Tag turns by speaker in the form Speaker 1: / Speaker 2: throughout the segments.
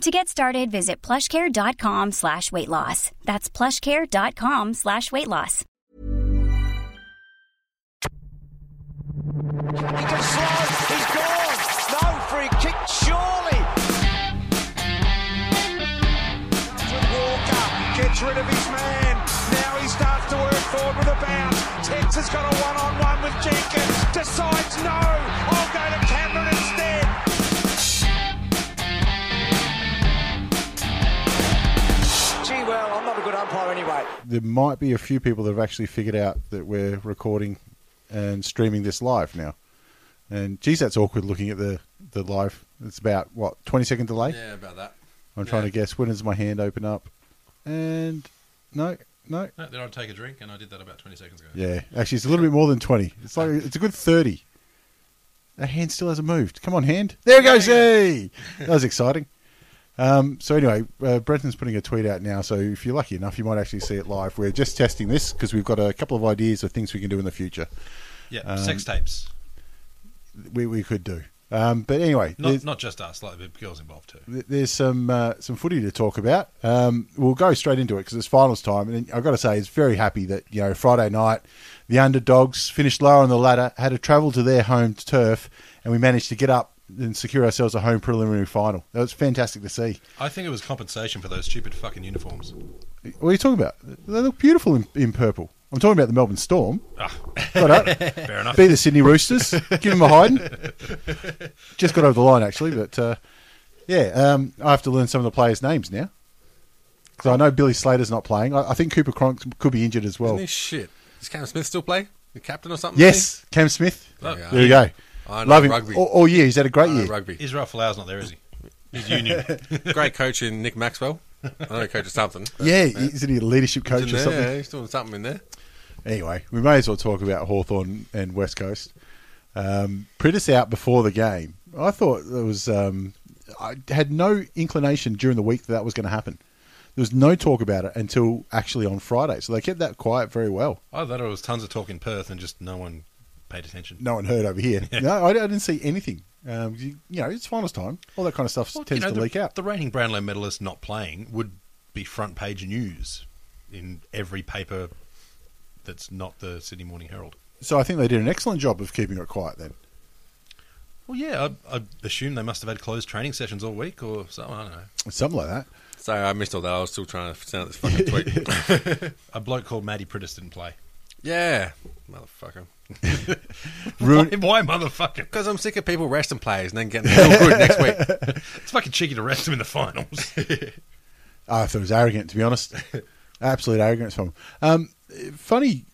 Speaker 1: To get started, visit plushcare.com slash weight loss. That's plushcare.com slash weight loss.
Speaker 2: He just slides. He's gone. No free kick, surely. To Walker gets rid of his man. Now he starts to work forward with a bounce. Tex has got a one-on-one with Jenkins. Decides no. I'll go to Cameron instead. Gee, well, I'm not a good umpire anyway.
Speaker 3: There might be a few people that have actually figured out that we're recording and streaming this live now. And geez, that's awkward looking at the, the live. It's about, what, 20 second delay?
Speaker 4: Yeah, about that.
Speaker 3: I'm trying
Speaker 4: yeah.
Speaker 3: to guess when does my hand open up? And no, no.
Speaker 4: No, then I'd take a drink, and I did that about 20 seconds ago.
Speaker 3: Yeah, actually, it's a little bit more than 20. It's like, it's a good 30. The hand still hasn't moved. Come on, hand. There we go, see! That was exciting. Um, so anyway, uh, Brenton's putting a tweet out now, so if you're lucky enough, you might actually see it live. We're just testing this because we've got a couple of ideas of things we can do in the future.
Speaker 4: Yeah,
Speaker 3: Um,
Speaker 4: sex tapes.
Speaker 3: we, we could do. Um, but anyway,
Speaker 4: Not
Speaker 3: there's,
Speaker 4: not just us, like the girls involved too.
Speaker 3: th- there's some uh, some footy to talk about. Um, we'll go straight into it because it's finals time, and I've got to say, it's very happy that you know Friday night the underdogs finished lower on the ladder, had to travel to their home turf, and we managed to get up and secure ourselves a home preliminary final. That was fantastic to see.
Speaker 4: I think it was compensation for those stupid fucking uniforms.
Speaker 3: What are you talking about? They look beautiful in, in purple. I'm talking about the Melbourne Storm.
Speaker 4: Ah,
Speaker 3: Got up.
Speaker 4: fair enough.
Speaker 3: Be the Sydney Roosters. Give them a hiding. Just got over the line actually, but uh, yeah, um, I have to learn some of the players' names now. So I know Billy Slater's not playing. I, I think Cooper Cronk could be injured as well.
Speaker 5: Isn't he shit? Does Cam Smith still play? The captain or something? is
Speaker 3: Yes, Cam Smith.
Speaker 5: There we
Speaker 3: There
Speaker 5: are.
Speaker 3: you go.
Speaker 5: Ah, I know
Speaker 3: Love him
Speaker 5: rugby.
Speaker 3: All, all year. He's had a
Speaker 5: he?
Speaker 3: great
Speaker 5: I know
Speaker 3: year.
Speaker 5: rugby.
Speaker 4: Israel Folau's not there, is he? He's union.
Speaker 5: Great coach in Nick Maxwell. I know he coaches something. but-
Speaker 3: Yeah, isn't he a leadership coach
Speaker 5: He's
Speaker 3: or
Speaker 5: in
Speaker 3: something?
Speaker 5: there, yeah, he's doing something in there.
Speaker 3: Anyway, we may as well talk about Hawthorn and West Coast. Um, Prittis out before the game. I thought it was. Um, I had no inclination during the week that that was going to happen. There was no talk about it until actually on Friday. So they kept that quiet very well.
Speaker 4: I thought it was tons of talk in Perth, and just no one paid attention.
Speaker 3: No one heard over here. No, I, I didn't see anything. Um, you, you know, it's finals time. All that kind of stuff
Speaker 4: Well, you
Speaker 3: tends
Speaker 4: know,
Speaker 3: to
Speaker 4: the,
Speaker 3: leak out.
Speaker 4: The reigning Brownlow medalist not playing would be front page news in every paper that's not the Sydney Morning Herald.
Speaker 3: so I think they did an excellent job of keeping it quiet then.
Speaker 4: Well, yeah, I, I assume they must have had closed training sessions all week or something. I don't know.
Speaker 3: Something like that.
Speaker 5: So I missed all that. I was still trying to send out this fucking tweet.
Speaker 4: A bloke called Matty Prittis didn't play.
Speaker 5: yeah. Motherfucker.
Speaker 3: Ruin,
Speaker 4: Why, why motherfucker?
Speaker 5: Because I'm sick of people resting players and then getting real good next week.
Speaker 4: It's fucking cheeky to rest him in the finals.
Speaker 3: I thought Ah, it was arrogant, to be honest. Absolute arrogance from him. Um, funny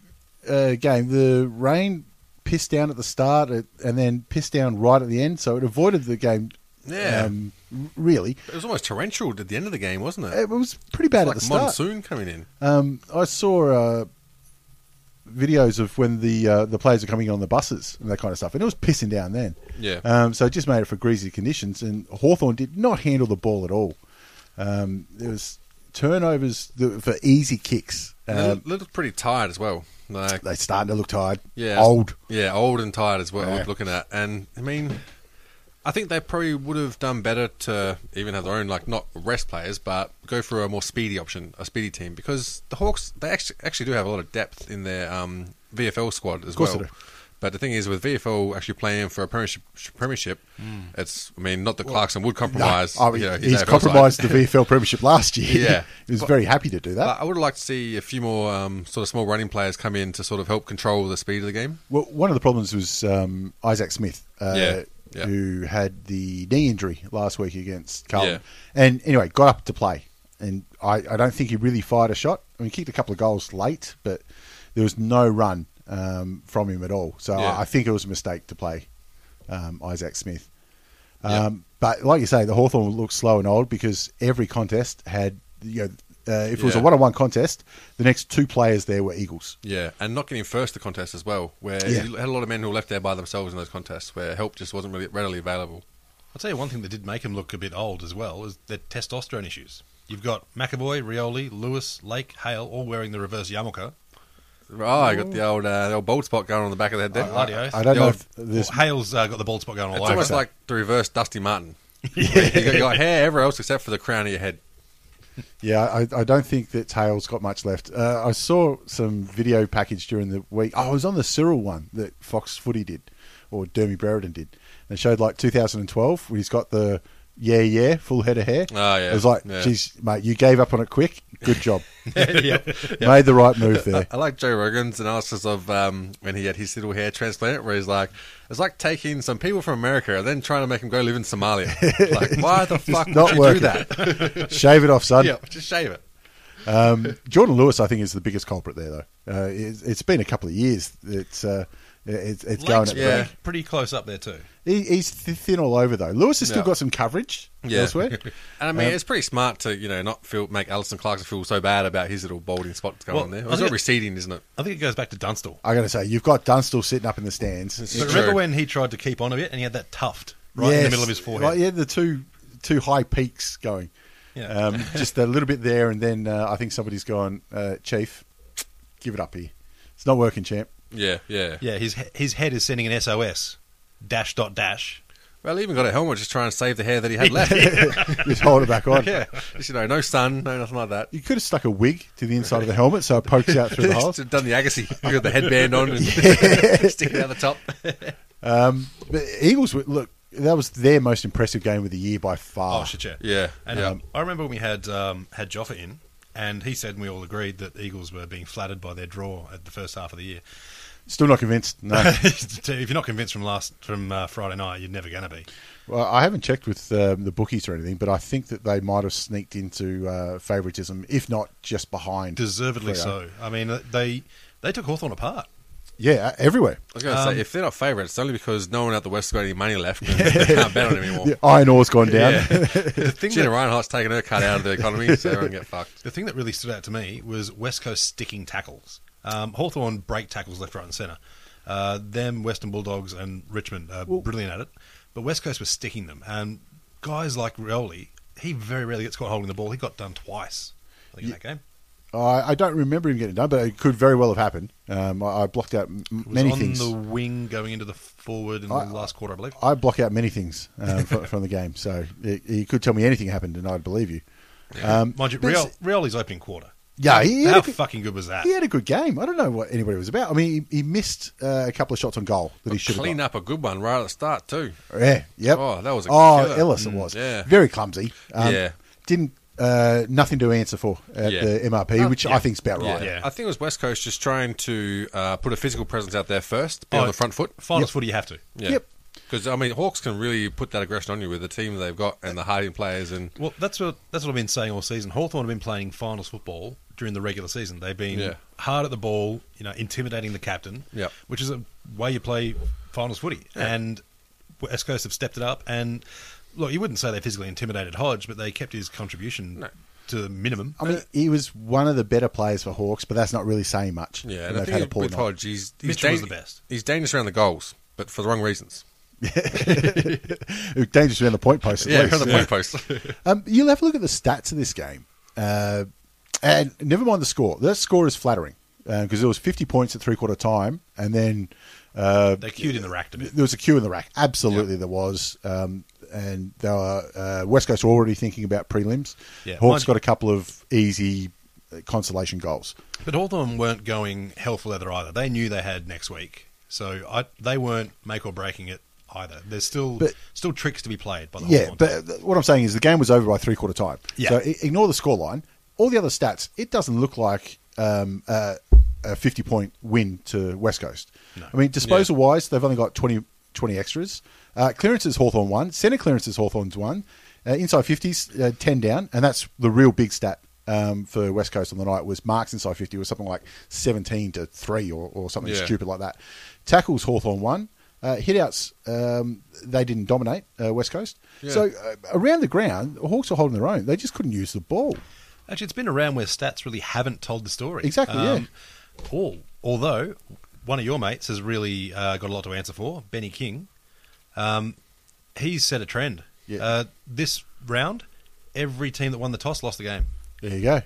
Speaker 3: uh, game. The rain pissed down at the start it- and then pissed down right at the end, so it avoided the game.
Speaker 5: Yeah.
Speaker 3: Um, r- really,
Speaker 5: It was almost torrential at the end of the game, wasn't it?
Speaker 3: it was pretty bad
Speaker 5: like
Speaker 3: at the start.
Speaker 5: monsoon coming in.
Speaker 3: Um, I saw uh, videos of when the uh, the players were coming on the buses and that kind of stuff, and it was pissing down then.
Speaker 5: Yeah.
Speaker 3: Um, so it just made it for greasy conditions, and Hawthorn did not handle the ball at all. Um, there was turnovers th- for easy kicks.
Speaker 5: And they
Speaker 3: Um,
Speaker 5: looked- looked pretty tired as well. Like,
Speaker 3: they starting to look tired.
Speaker 5: yeah,
Speaker 3: old.
Speaker 5: Yeah, old and tired as well. I
Speaker 3: Yeah.
Speaker 5: was looking at, and I mean, I think they probably would have done better to even have their own like not rest players, but go for a more speedy option, a speedy team, because the Hawks they actually actually do have a lot of depth in their um, VFL squad as
Speaker 3: course
Speaker 5: well.
Speaker 3: they do.
Speaker 5: But the thing is, with VFL actually playing for a premiership, premiership it's I mean, not that Clarkson would compromise.
Speaker 3: Hmm. No, I mean,
Speaker 5: you know, his
Speaker 3: he's
Speaker 5: AFL side.
Speaker 3: compromised the VFL Premiership last year.
Speaker 5: Yeah.
Speaker 3: he was
Speaker 5: But-
Speaker 3: very happy to do that.
Speaker 5: But I would like to see a few more um, sort of small running players come in to sort of help control the speed of the game.
Speaker 3: well, one of the problems was um, Isaac Smith, uh,
Speaker 5: Yeah, yeah.
Speaker 3: who had the knee injury last week against Carlton,
Speaker 5: Yeah.
Speaker 3: and anyway got up to play. And I, I don't think he really fired a shot. I mean, he kicked a couple of goals late, but there was no run um, from him at all. So
Speaker 5: Yeah.
Speaker 3: I, I think it was a mistake to play um, Isaac Smith. Um, But like you say, the Hawthorn looked slow and old because every contest had you know uh, if it was a
Speaker 5: Yeah.
Speaker 3: one-on-one contest, the next two players there were Eagles.
Speaker 5: Yeah, and not getting first to contests as well, where
Speaker 3: Yeah.
Speaker 5: you had a lot of men who were left there by themselves in those contests, where help just wasn't really readily available.
Speaker 4: I'll tell you one thing that did make him look a bit old as well is the testosterone issues. You've got McAvoy, Rioli, Lewis, Lake, Hale all wearing the reverse yarmulke.
Speaker 5: Oh, I got the old uh, the old bald spot going on the back of the head there.
Speaker 4: Oh, Bloody oath.
Speaker 3: I don't
Speaker 5: The
Speaker 3: know
Speaker 5: old-
Speaker 3: if this.
Speaker 4: Well, Hale's uh, got the bald spot going all
Speaker 5: It's
Speaker 4: over.
Speaker 5: almost like the reverse Dusty Martin. yeah. You got, you got hair everywhere else except for the crown of your head.
Speaker 3: Yeah, I, I don't think that Tails got much left. Uh, I saw some video package during the week. Oh, I was on the Cyril one that Fox Footy did, or Dermy Brereton did. And it showed like 2012 when he's got the yeah, yeah, full head of hair.
Speaker 5: Oh, yeah.
Speaker 3: It was like,
Speaker 5: Yeah.
Speaker 3: geez, mate, you gave up on it quick. Good job.
Speaker 4: Yep.
Speaker 3: Made the right move there.
Speaker 5: I like Joe Rogan's analysis of um, when he had his little hair transplant, where he's like, it's like taking some people from America and then trying to make them go live in Somalia. like, why the fuck would
Speaker 3: not
Speaker 5: you
Speaker 3: working.
Speaker 5: do that?
Speaker 3: Shave it off, son.
Speaker 5: yeah, just shave it.
Speaker 3: Jordan Lewis, I think, is the biggest culprit there, though. Uh, it's, it's been a couple of years. It's uh, it's, it's going
Speaker 4: Lake's
Speaker 3: at
Speaker 5: yeah.
Speaker 3: yeah.
Speaker 4: pretty, pretty close up there too.
Speaker 3: he, he's th- thin all over though. Lewis has still
Speaker 5: Yeah.
Speaker 3: got some coverage
Speaker 5: Yeah.
Speaker 3: elsewhere.
Speaker 5: And I mean, it's pretty smart to you know not feel make Alison Clarkson feel so bad about his little balding spot that's going
Speaker 4: Well,
Speaker 5: on there.
Speaker 4: I
Speaker 5: It's
Speaker 4: think
Speaker 5: not
Speaker 4: it-
Speaker 5: receding, isn't it?
Speaker 4: I think it goes back to Dunstall.
Speaker 3: I got to say, you've got Dunstall sitting up in the stands.
Speaker 4: But
Speaker 5: It's
Speaker 4: remember
Speaker 5: true.
Speaker 4: when he tried to keep on a bit and he had that tuft right in the
Speaker 3: Yes.
Speaker 4: middle of his forehead?
Speaker 3: Like, yeah, the two two high peaks going.
Speaker 4: Yeah.
Speaker 3: Um, just a little bit there, and then uh, I think somebody's gone, uh, Chief, give it up here. It's not working, champ.
Speaker 5: Yeah, yeah,
Speaker 4: Yeah, his he- his head is sending an SOS. Dash dot dash.
Speaker 5: Well, he even got a helmet just to try and save the hair that he had left.
Speaker 3: Just hold it back on.
Speaker 5: yeah, just you know, no sun, no nothing like that.
Speaker 3: You could have stuck a wig to the inside of the helmet so it pokes out through the holes.
Speaker 5: Just done the Agassi, you got the headband on and sticking out the top.
Speaker 3: But Eagles, were- look, that was their most impressive game of the year by
Speaker 4: Oh,
Speaker 3: far.
Speaker 4: shit, yeah.
Speaker 5: Yeah,
Speaker 4: And
Speaker 5: yeah.
Speaker 4: um, I remember when we had um, had Joffa in, and he said, and we all agreed that the Eagles were being flattered by their draw at the first half of the year.
Speaker 3: Still not convinced. No,
Speaker 4: if you're not convinced from last from uh, Friday night, you're never going to be.
Speaker 3: well, I haven't checked with um, the bookies or anything, but I think that they might have sneaked into uh, favouritism, if not just behind.
Speaker 4: Deservedly
Speaker 3: Freo.
Speaker 4: so. I mean, uh, they they took Hawthorn apart.
Speaker 3: Yeah, uh, everywhere.
Speaker 5: I was going to say, if they're not favourites, it's only because no one out the West has got any money left. And they can't bet on it anymore.
Speaker 3: The iron ore's gone down.
Speaker 4: The thing,
Speaker 5: Gina
Speaker 4: that,
Speaker 5: Reinhart's taken her cut out of the economy, so everyone get fucked.
Speaker 4: the thing that really stood out to me was West Coast sticking tackles. Um, Hawthorn break tackles left, right, and centre. Uh, them, Western Bulldogs, and Richmond are brilliant at it. But West Coast was sticking them. And guys like Rioli, he very rarely gets caught holding the ball. He got done twice I think, in that game.
Speaker 3: I, I don't remember him getting done, but it could very well have happened. Um, I, I blocked out m-
Speaker 4: It was
Speaker 3: many
Speaker 4: on
Speaker 3: things.
Speaker 4: the wing going into the forward in the last quarter, I believe.
Speaker 3: I block out many things um, from, from the game, so it, you could tell me anything happened, and I'd believe you. Um,
Speaker 4: Mind you,
Speaker 3: but it's-
Speaker 4: Riol, Rioli's opening quarter.
Speaker 3: Yeah, he had,
Speaker 4: How
Speaker 3: a good,
Speaker 4: fucking good was that?
Speaker 3: he had a good game. I don't know what anybody was about. I mean, he, he missed uh, a couple of shots on goal that he should have.
Speaker 5: Clean
Speaker 3: got.
Speaker 5: up a good one right at the start too.
Speaker 3: Yeah, yep.
Speaker 5: Oh, that was a
Speaker 3: oh
Speaker 5: killer.
Speaker 3: Ellis it
Speaker 5: Mm,
Speaker 3: was.
Speaker 5: yeah.
Speaker 3: very clumsy. Um,
Speaker 5: Yeah.
Speaker 3: didn't uh, nothing to answer for at
Speaker 5: Yeah.
Speaker 3: the MRP, which I think's about right.
Speaker 4: Yeah.
Speaker 5: I think it was West Coast just trying to uh, put a physical presence out there first, be
Speaker 4: Oh,
Speaker 5: on the front foot.
Speaker 4: Finals footy, you have to.
Speaker 5: Yeah.
Speaker 3: Yep.
Speaker 5: Because I mean, Hawks can really put that aggression on you with the team they've got and the hiding players, and
Speaker 4: Well, that's what that's what I've been saying all season. Hawthorn have been playing finals football during the regular season. They've been
Speaker 5: Yeah.
Speaker 4: hard at the ball, you know, intimidating the captain,
Speaker 5: Yep.
Speaker 4: which is a way you play finals footy. And West Coast have stepped it up. And look, you wouldn't say they physically intimidated Hodge, but they kept his contribution to the minimum.
Speaker 3: I mean, he was one of the better players for Hawks, but that's not really saying much.
Speaker 5: yeah,
Speaker 3: when
Speaker 5: and I
Speaker 3: they've had a
Speaker 5: think
Speaker 3: poor
Speaker 5: with
Speaker 3: night.
Speaker 5: Hodge, he's, he's
Speaker 4: Mitchell was
Speaker 5: dang-
Speaker 4: the best.
Speaker 5: He's dangerous around the goals, but for the wrong reasons.
Speaker 3: It was dangerous around the point post. At
Speaker 5: Yeah,
Speaker 3: least.
Speaker 5: around the point post.
Speaker 3: Um, you'll have a look at the stats of this game, uh, and never mind the score. That score is flattering because there was 50 points at three quarter time, and then uh,
Speaker 4: they queued in the rack a bit.
Speaker 3: there was a queue in the rack. Absolutely, there was. Um, and they were, uh, West Coast were already thinking about prelims.
Speaker 4: Yeah.
Speaker 3: Hawks
Speaker 4: Mine-
Speaker 3: got a couple of easy uh, consolation goals.
Speaker 4: But Hawthorn weren't going hell for leather either. They knew they had next week, so I, they weren't make or breaking it either. There's still
Speaker 3: But-
Speaker 4: still tricks to be played by the
Speaker 3: Yeah,
Speaker 4: Hawthorn team.
Speaker 3: but th- what I'm saying is the game was over by three quarter time.
Speaker 4: Yeah.
Speaker 3: So i- ignore the scoreline. All the other stats, it doesn't look like um, a, a 50 point win to West Coast. I mean, disposal wise, they've only got 20, 20 extras. Uh, clearances, Hawthorn one. Centre clearances, Hawthorn's one. Uh, inside 50s, uh, 10 down. And that's the real big stat. Um, for West Coast on the night was marks inside 50 was something like 17 to 3 or, or something
Speaker 5: Yeah.
Speaker 3: stupid like that. Tackles Hawthorn one. Uh, hitouts, um, they didn't dominate uh, West Coast.
Speaker 5: Yeah.
Speaker 3: So uh, around the ground, the Hawks were holding their own. They just couldn't use the ball.
Speaker 4: Actually, it's been around where stats really haven't told the story. Um,
Speaker 3: Exactly,
Speaker 4: Paul, although one of your mates has really uh, got a lot to answer for, Benny King, um, he's set a trend.
Speaker 3: Yeah.
Speaker 4: Uh, this round, every team that won the toss lost the game.
Speaker 3: There you go.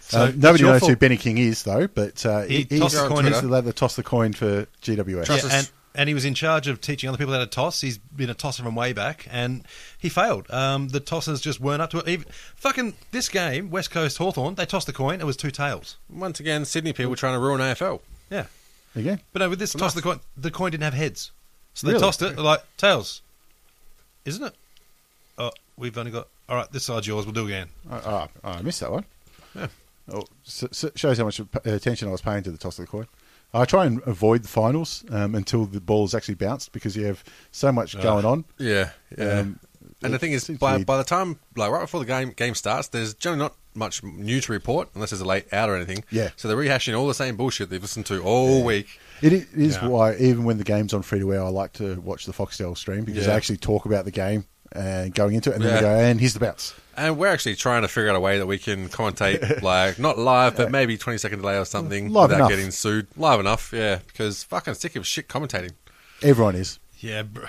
Speaker 4: So
Speaker 3: Uh,
Speaker 4: it's
Speaker 3: nobody
Speaker 4: your
Speaker 3: knows who
Speaker 4: fault.
Speaker 3: Benny King is, though, but uh,
Speaker 4: He
Speaker 3: he,
Speaker 4: tossed
Speaker 3: he's,
Speaker 4: the
Speaker 3: the
Speaker 4: coin
Speaker 3: he's
Speaker 4: over.
Speaker 3: the lad that tossed the coin for GWS.
Speaker 5: Trust
Speaker 4: Yeah,
Speaker 5: us.
Speaker 4: and, and he was in charge of teaching other people how to toss. He's been a tosser from way back, and he failed. Um, the tossers just weren't up to it. Even, fucking this game, West Coast Hawthorn, they tossed the coin. It was two tails.
Speaker 5: Once again, Sydney people trying to ruin AFL.
Speaker 4: Yeah,
Speaker 3: There you go.
Speaker 4: but no, with this toss, the coin, the coin didn't have heads, so they
Speaker 3: Really?
Speaker 4: tossed it like tails, isn't it? Oh, we've only got all right. This side's yours. We'll do again.
Speaker 3: Oh, oh, oh, I missed that one. Oh, so, so shows how much p- attention I was paying to the toss of the coin. I try and avoid the finals um, until the ball is actually bounced because you have so much going on.
Speaker 5: Yeah, yeah.
Speaker 3: Um,
Speaker 5: and the
Speaker 3: it
Speaker 5: thing is,
Speaker 3: seems
Speaker 5: by,
Speaker 3: weird.
Speaker 5: by the time, like right before the game game starts, there's generally not much new to report unless there's a late out or anything.
Speaker 3: Yeah.
Speaker 5: So they're rehashing all the same bullshit they've listened to all week.
Speaker 3: It i- is
Speaker 4: Yeah.
Speaker 3: why even when the game's on free to air, I like to watch the Foxtel stream because
Speaker 5: Yeah.
Speaker 3: they actually talk about the game and going into it, and then
Speaker 5: Yeah.
Speaker 3: they go, "And here's the bounce."
Speaker 5: And we're actually trying to figure out a way that we can commentate, like not live, but maybe twenty second delay or something,
Speaker 3: Live
Speaker 5: without
Speaker 3: enough.
Speaker 5: getting sued. Live enough, yeah. Because fucking sick of shit commentating.
Speaker 3: Everyone is.
Speaker 4: Yeah, Br-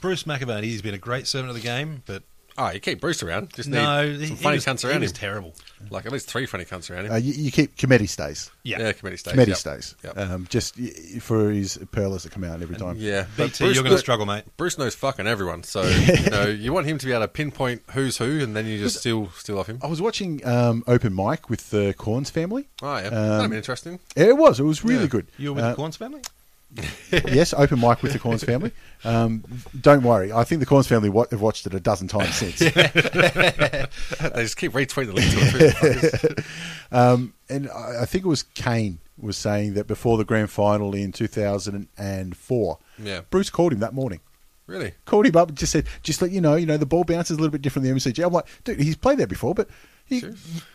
Speaker 4: Bruce McAvaney, he's been a great servant of the game, but
Speaker 5: Oh, you keep Bruce around. Just need
Speaker 4: no,
Speaker 5: some
Speaker 4: he,
Speaker 5: funny
Speaker 4: he was,
Speaker 5: cunts
Speaker 4: he
Speaker 5: around
Speaker 4: was
Speaker 5: him.
Speaker 4: terrible.
Speaker 5: like at least three funny cunts around him.
Speaker 3: Uh, you, you keep committee stays.
Speaker 4: Yeah,
Speaker 5: yeah, committee stays.
Speaker 3: Committee
Speaker 5: yep.
Speaker 3: stays.
Speaker 5: Yep.
Speaker 3: Um, just y- y- for his pearlers that come out every time.
Speaker 5: yeah, but
Speaker 4: BT,
Speaker 5: Bruce
Speaker 4: you're going to
Speaker 5: kno-
Speaker 4: struggle, mate.
Speaker 5: Bruce knows fucking everyone, so you know you want him to be able to pinpoint who's who, and then you just steal steal off him.
Speaker 3: I was watching um, open mic with the Corns family.
Speaker 5: Oh yeah, that'd
Speaker 3: Um,
Speaker 5: be interesting.
Speaker 3: It was. It was really
Speaker 5: Yeah.
Speaker 3: good.
Speaker 4: You were with
Speaker 3: Uh,
Speaker 4: the Corns family.
Speaker 3: yes, open mic with the Corns family. Um, don't worry. I think the Corns family wa- have watched it a dozen times since.
Speaker 5: They just keep retweeting the link to it. Fuckers.
Speaker 3: Um, and I, I think it was Kane was saying that before the grand final in 2004,
Speaker 5: Yeah.
Speaker 3: Bruce called him that morning.
Speaker 5: really?
Speaker 3: Called him up and just said, just let you know, you know, the ball bounces a little bit different than the MCG. I'm like, dude, he's played there before, but he,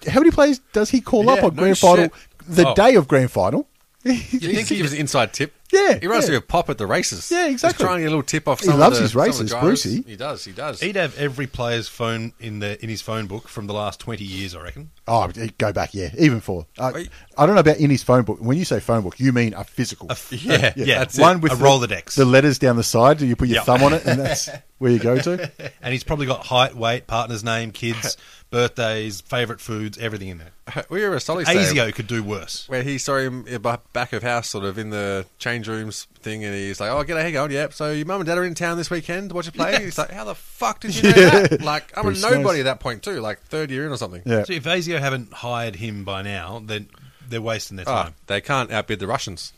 Speaker 3: how many players does he call up
Speaker 5: Yeah,
Speaker 3: on
Speaker 5: no
Speaker 3: grand final
Speaker 5: shit.
Speaker 3: the
Speaker 5: Oh.
Speaker 3: day of grand final?
Speaker 5: You think he gives an inside tip?
Speaker 3: Yeah,
Speaker 5: he runs
Speaker 3: yeah.
Speaker 5: through a pop at the races.
Speaker 3: Yeah, exactly.
Speaker 5: He's trying to get a little tip off.
Speaker 3: He
Speaker 5: Some
Speaker 3: loves
Speaker 5: of the,
Speaker 3: his
Speaker 5: some of the
Speaker 3: races,
Speaker 5: drivers.
Speaker 3: Brucey.
Speaker 5: He does. He does.
Speaker 4: He'd have every player's phone in their in his phone book from the last twenty years, I reckon.
Speaker 3: Oh, go back, yeah, even four. I,
Speaker 5: Wait.
Speaker 3: I don't know about in his phone book. When you say phone book, you mean a physical.
Speaker 5: yeah,
Speaker 4: yeah,
Speaker 5: that's
Speaker 4: one
Speaker 5: it.
Speaker 4: with
Speaker 3: a
Speaker 4: a Rolodex,
Speaker 3: The letters down the side, you put your
Speaker 4: Yeah.
Speaker 3: thumb on it, and that's where you go to.
Speaker 4: and he's probably got height, weight, partner's name, kids, birthdays, favourite foods, everything in there.
Speaker 5: We were a solid sale
Speaker 4: Asio could do worse.
Speaker 5: where he saw him in the back of house, sort of in the change rooms thing, and he's like, "Oh, get how you going? Yep. So your mum and dad are in town this weekend to watch a play." He's like, "How the fuck did you know that?" Like, I'm
Speaker 3: Bruce
Speaker 5: a
Speaker 3: knows.
Speaker 5: nobody at that point too, like third year in or something.
Speaker 3: Yeah.
Speaker 4: So if Asio haven't hired him by now, then they're wasting their
Speaker 5: Ah,
Speaker 4: time.
Speaker 5: they can't outbid the Russians.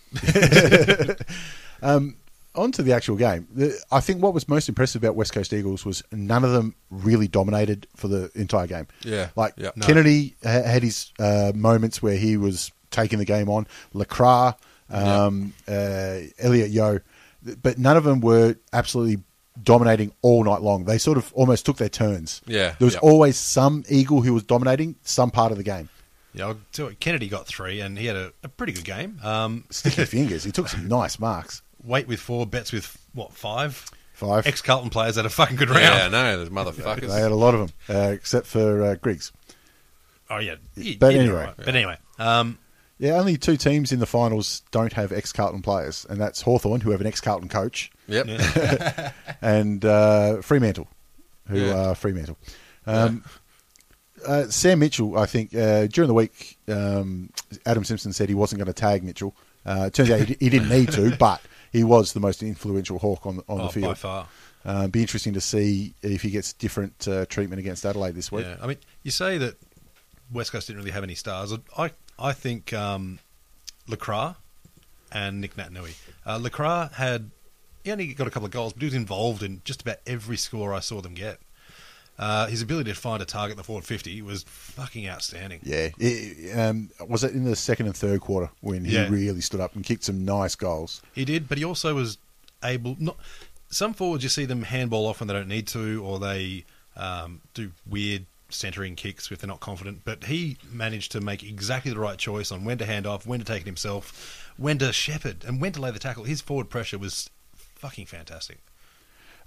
Speaker 3: On to the actual game. The, I think what was most impressive about West Coast Eagles was none of them really dominated for the entire game.
Speaker 5: Yeah.
Speaker 3: Like
Speaker 5: Yeah. No.
Speaker 3: Kennedy ha- had his uh, moments where he was taking the game on. Lacra, um, uh, Elliot Yo, th- but none of them were absolutely dominating all night long. They sort of almost took their turns.
Speaker 5: Yeah.
Speaker 3: There was
Speaker 5: Yeah.
Speaker 3: always some Eagle who was dominating some part of the game.
Speaker 4: Yeah, I'll tell you, Kennedy got three, and he had a, a pretty good game. Um,
Speaker 3: Sticky fingers. He took some nice marks.
Speaker 4: Wait with four, bets with what five?
Speaker 3: Five.
Speaker 4: Ex Carlton players had a fucking good round.
Speaker 5: yeah, no, those
Speaker 3: They
Speaker 5: motherfuckers.
Speaker 3: had a lot of them, uh, except for uh, Griggs.
Speaker 4: Oh yeah, He-
Speaker 3: But
Speaker 4: he did
Speaker 3: anyway.
Speaker 4: alright. but anyway, um,
Speaker 3: Yeah, only two teams in the finals don't have ex Carlton players, and that's Hawthorn, who have an ex Carlton coach,
Speaker 5: Yep.
Speaker 3: and uh, Fremantle, who
Speaker 5: Yeah.
Speaker 3: are Fremantle. Um, uh, Sam Mitchell, I think, uh, during the week, um, Adam Simpson said he wasn't going to tag Mitchell. Uh, it turns out he, he didn't need to, but he was the most influential Hawk on, on
Speaker 4: oh,
Speaker 3: the field.
Speaker 4: by far.
Speaker 3: Um, be interesting to see if he gets different uh, treatment against Adelaide this week.
Speaker 4: Yeah, I mean, you say that West Coast didn't really have any stars. I I think um, Lacra and Nick Natanui. Uh, Lacra had he only got a couple of goals, but he was involved in just about every score I saw them get. Uh, his ability to find a target in the forward fifty was fucking outstanding.
Speaker 3: Yeah, it, um, was it in the second and third quarter when he
Speaker 4: Yeah.
Speaker 3: really stood up and kicked some nice goals?
Speaker 4: He did, but he also was able. Not some forwards you see them handball off when they don't need to, or they um, do weird centering kicks if they're not confident. But he managed to make exactly the right choice on when to hand off, when to take it himself, when to shepherd, and when to lay the tackle. His forward pressure was fucking fantastic.